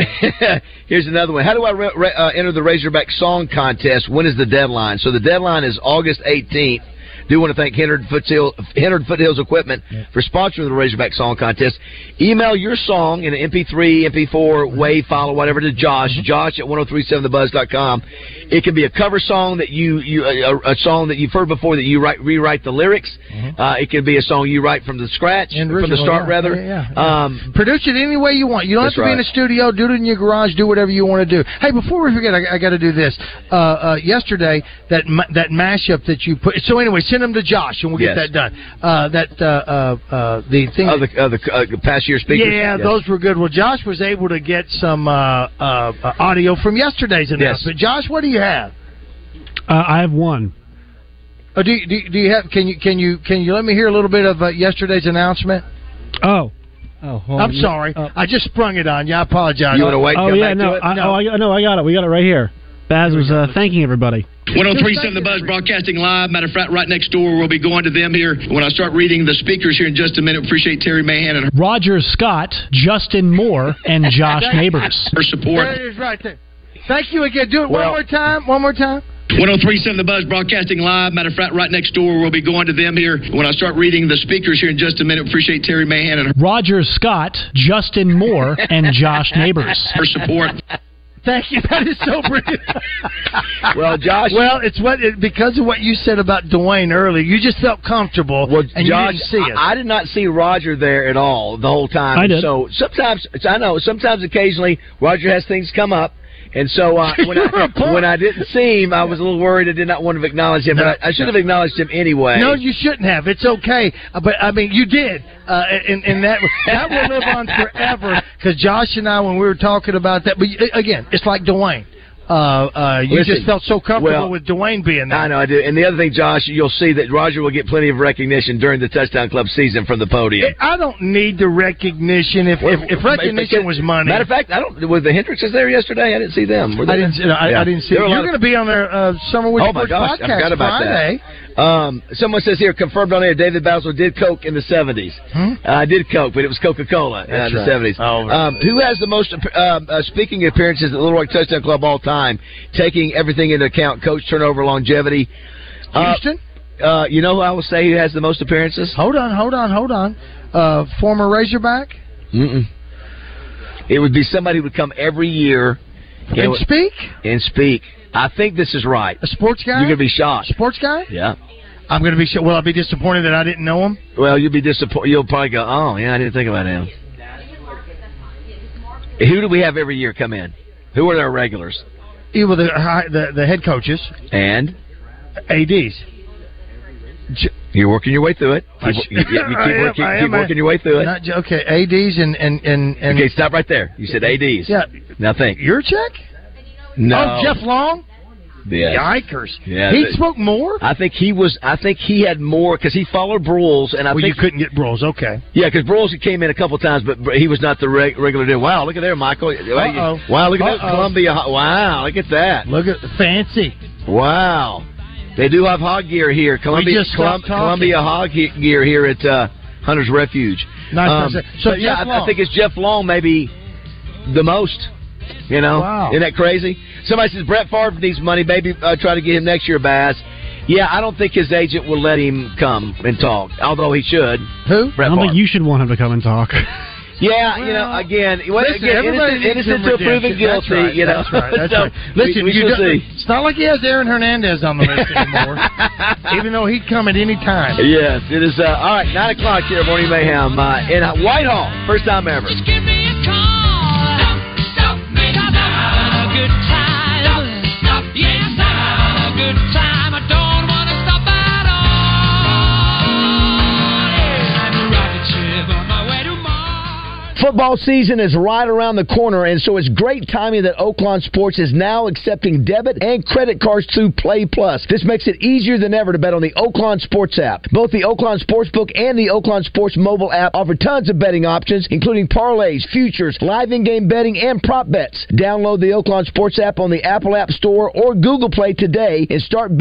[SPEAKER 5] Here's another one. How do I re- re- uh, enter the Razorback Song Contest? When is the deadline? So the deadline is August 18th. Do want to thank Henry Foothill, Henry Foothills Equipment for sponsoring the Razorback Song Contest. Email your song in an MP3, MP4, WAV file, or whatever to Josh.
[SPEAKER 6] Mm-hmm.
[SPEAKER 5] Josh at 1037thebuzz.com. It can be a cover song that you, you uh, a, a song that you've heard before that you write, rewrite the lyrics. Uh, it can be a song you write from the scratch, from the
[SPEAKER 6] Mm-hmm. original,
[SPEAKER 5] start
[SPEAKER 6] yeah.
[SPEAKER 5] rather.
[SPEAKER 6] Yeah,
[SPEAKER 5] Um,
[SPEAKER 6] Produce it any way you want. You don't
[SPEAKER 5] That's
[SPEAKER 6] have to be in
[SPEAKER 5] right.
[SPEAKER 6] a studio. Do it in your garage. Do whatever you want to do. Hey, before we forget, I, I got to do this. Uh, uh, yesterday, that ma- that mashup that you put. So anyway, send them to Josh, and we'll
[SPEAKER 5] Yes.
[SPEAKER 6] get that done. Uh, that uh, uh, uh, the thing.
[SPEAKER 5] of the, of the uh, past year speakers.
[SPEAKER 6] Yeah,
[SPEAKER 5] Yes.
[SPEAKER 6] those were good. Well, Josh was able to get some uh, uh, uh, audio from yesterday's announcement. Josh, what do you have?
[SPEAKER 8] Uh, I have one.
[SPEAKER 6] Oh, do, you- do, you- do you have? Can you can you can you let me hear a little bit of uh, yesterday's announcement?
[SPEAKER 8] Oh.
[SPEAKER 6] Oh,
[SPEAKER 8] hold
[SPEAKER 6] I'm
[SPEAKER 8] on.
[SPEAKER 6] sorry. I just sprung it on you. I apologize.
[SPEAKER 8] oh, Oh yeah, no, I, Oh, I, no, I got it. We got it right here. Baz was uh, thanking everybody.
[SPEAKER 4] 1037 The Buzz broadcasting live. Matter of fact, right next door, we'll be going to them here when I start reading the speakers here in just a minute. Appreciate Terry Mahan and her,
[SPEAKER 22] Roger Scott, Justin Moore, and Josh Neighbors.
[SPEAKER 4] her support.
[SPEAKER 6] There it is right there. Thank you again. Do it one more time. One more time.
[SPEAKER 4] 1037 The Buzz broadcasting live. Matter of fact, right next door, we'll be going to them here when I start reading the speakers here in just a minute. Appreciate Terry Mahan and her,
[SPEAKER 22] Roger Scott, Justin Moore, and Josh Neighbors.
[SPEAKER 4] her support.
[SPEAKER 6] Thank you. That is so brilliant.
[SPEAKER 5] well, Josh.
[SPEAKER 6] Well, it's what it, because of what you said about Dwayne earlier. You just felt comfortable, well, and
[SPEAKER 5] Josh,
[SPEAKER 6] you didn't see it.
[SPEAKER 5] I, I did not see Roger there at all the whole time.
[SPEAKER 6] I did.
[SPEAKER 5] So sometimes I know sometimes occasionally Roger has things come up. And so uh, when,
[SPEAKER 6] You're a
[SPEAKER 5] I,
[SPEAKER 6] punk.
[SPEAKER 5] when I didn't see him, I was a little worried. I did not want to acknowledge him, but I, I should have acknowledged him anyway.
[SPEAKER 6] No, you shouldn't have. It's okay, Uh, but I mean, you did, uh, and, and that that will live on forever. Because Josh and I, when we were talking about that, but you- again, it's like Dwayne. Uh, uh, you
[SPEAKER 5] Listen,
[SPEAKER 6] just felt so comfortable
[SPEAKER 5] well,
[SPEAKER 6] with Dwayne being there.
[SPEAKER 5] I know I do. And the other thing, Josh, you'll see that Roger will get plenty of recognition during the Touchdown Club season from the podium.
[SPEAKER 6] I don't need the recognition. If if, if recognition was money,
[SPEAKER 5] Matter of fact, I don't. Was the Hendrixes there yesterday? I didn't see them. Were they
[SPEAKER 6] I didn't.
[SPEAKER 5] there?
[SPEAKER 6] I,
[SPEAKER 5] Yeah.
[SPEAKER 6] I didn't see.
[SPEAKER 5] There were
[SPEAKER 6] You're
[SPEAKER 5] a lot of-
[SPEAKER 6] going to be on their uh, summer with
[SPEAKER 5] Oh my
[SPEAKER 6] Sports
[SPEAKER 5] gosh, I
[SPEAKER 6] podcast
[SPEAKER 5] forgot about
[SPEAKER 6] Friday.
[SPEAKER 5] that. Um, someone says here, confirmed on air, David Basil did coke in the seventies. Uh, I did coke, but it was Coca Cola in
[SPEAKER 6] Hmm? That's
[SPEAKER 5] the
[SPEAKER 6] right.
[SPEAKER 5] seventies. um, who has the most uh, uh, speaking appearances at Little Rock Touchdown Club all time, taking everything into account, coach turnover, longevity?
[SPEAKER 6] Houston.
[SPEAKER 5] Uh, you know who I will say who has the most appearances?
[SPEAKER 6] Hold on, hold on, hold on. Uh, former Razorback.
[SPEAKER 5] Mm-mm. It would be somebody who would come every year
[SPEAKER 6] And speak?
[SPEAKER 5] and speak. I think this is right. A
[SPEAKER 6] sports guy.
[SPEAKER 5] You're gonna be shocked.
[SPEAKER 6] Sports guy.
[SPEAKER 5] Yeah.
[SPEAKER 6] I'm going to be. Will I be disappointed that I didn't know him?
[SPEAKER 5] Well, you'll be disappointed. You'll probably go, "Oh, yeah, I didn't think about him." Who do we have every year come in? Who are their regulars?
[SPEAKER 6] Either the hi- the, the head coaches,
[SPEAKER 5] And
[SPEAKER 6] ads.
[SPEAKER 5] you're working your way through it.
[SPEAKER 6] I
[SPEAKER 5] Keep, you, you- you keep
[SPEAKER 6] I am,
[SPEAKER 5] working,
[SPEAKER 6] I
[SPEAKER 5] keep
[SPEAKER 6] am,
[SPEAKER 5] working
[SPEAKER 6] I-
[SPEAKER 5] your way through it.
[SPEAKER 6] Not j- okay, ads and and and, and
[SPEAKER 5] okay, stop right there. You said ads.
[SPEAKER 6] Yeah.
[SPEAKER 5] Now think.
[SPEAKER 6] Your check?
[SPEAKER 5] No.
[SPEAKER 6] Oh, Jeff Long.
[SPEAKER 5] Yes.
[SPEAKER 6] Yikers.
[SPEAKER 5] Yeah,
[SPEAKER 6] he
[SPEAKER 5] the-
[SPEAKER 6] spoke more.
[SPEAKER 5] I think he was. I think he had more because he followed Brules, and I
[SPEAKER 6] well,
[SPEAKER 5] think
[SPEAKER 6] you couldn't get Broyles. Okay.
[SPEAKER 5] Yeah, because Broyles he came in a couple times, but he was not the reg- regular dude. Wow, look at there, Michael.
[SPEAKER 6] Uh-oh.
[SPEAKER 5] Wow, look at that
[SPEAKER 6] Uh-oh.
[SPEAKER 5] Columbia. Wow, look at that.
[SPEAKER 6] Look at fancy.
[SPEAKER 5] Wow, they do have hog gear here. Columbia,
[SPEAKER 6] just stopped talking.
[SPEAKER 5] Columbia hog he- gear here at uh, Hunter's Refuge.
[SPEAKER 6] Nice,
[SPEAKER 5] Um,
[SPEAKER 6] nice. So
[SPEAKER 5] but yeah,
[SPEAKER 6] Jeff
[SPEAKER 5] I- I,
[SPEAKER 6] Long.
[SPEAKER 5] think it's Jeff Long maybe the most. You know,
[SPEAKER 6] Wow.
[SPEAKER 5] isn't that crazy? Somebody says Brett Favre needs money. Maybe uh, try to get him next year, Bass. Yeah, I don't think his agent will let him come and talk, although he should.
[SPEAKER 6] Who?
[SPEAKER 5] Brett
[SPEAKER 8] I don't
[SPEAKER 5] Favre.
[SPEAKER 8] think you should want him to come and talk.
[SPEAKER 5] Yeah, you know, again, well,
[SPEAKER 6] Listen,
[SPEAKER 5] again
[SPEAKER 6] everybody
[SPEAKER 5] innocent,
[SPEAKER 6] needs
[SPEAKER 5] innocent
[SPEAKER 6] some
[SPEAKER 5] to proven
[SPEAKER 6] redemption. That's
[SPEAKER 5] guilty.
[SPEAKER 6] right,
[SPEAKER 5] you know,
[SPEAKER 6] that's right, that's
[SPEAKER 5] So,
[SPEAKER 6] right.
[SPEAKER 5] we,
[SPEAKER 6] Listen,
[SPEAKER 5] we
[SPEAKER 6] you
[SPEAKER 5] shall
[SPEAKER 6] don't-
[SPEAKER 5] see.
[SPEAKER 6] it's not like he has Aaron Hernandez on the list anymore, even though he'd come at any time.
[SPEAKER 5] Yes, it is. Uh, all right, nine o'clock here, morning mayhem uh, in Whitehall, first time ever. Football season is right around the corner, and so it's great timing that Oakland Sports is now accepting debit and credit cards through Play Plus. This makes it easier than ever to bet on the Oakland Sports app. Both the Oakland Sportsbook and the Oakland Sports mobile app offer tons of betting options, including parlays, futures, live in-game betting, and prop bets. Download the Oakland Sports app on the Apple App Store or Google Play today and start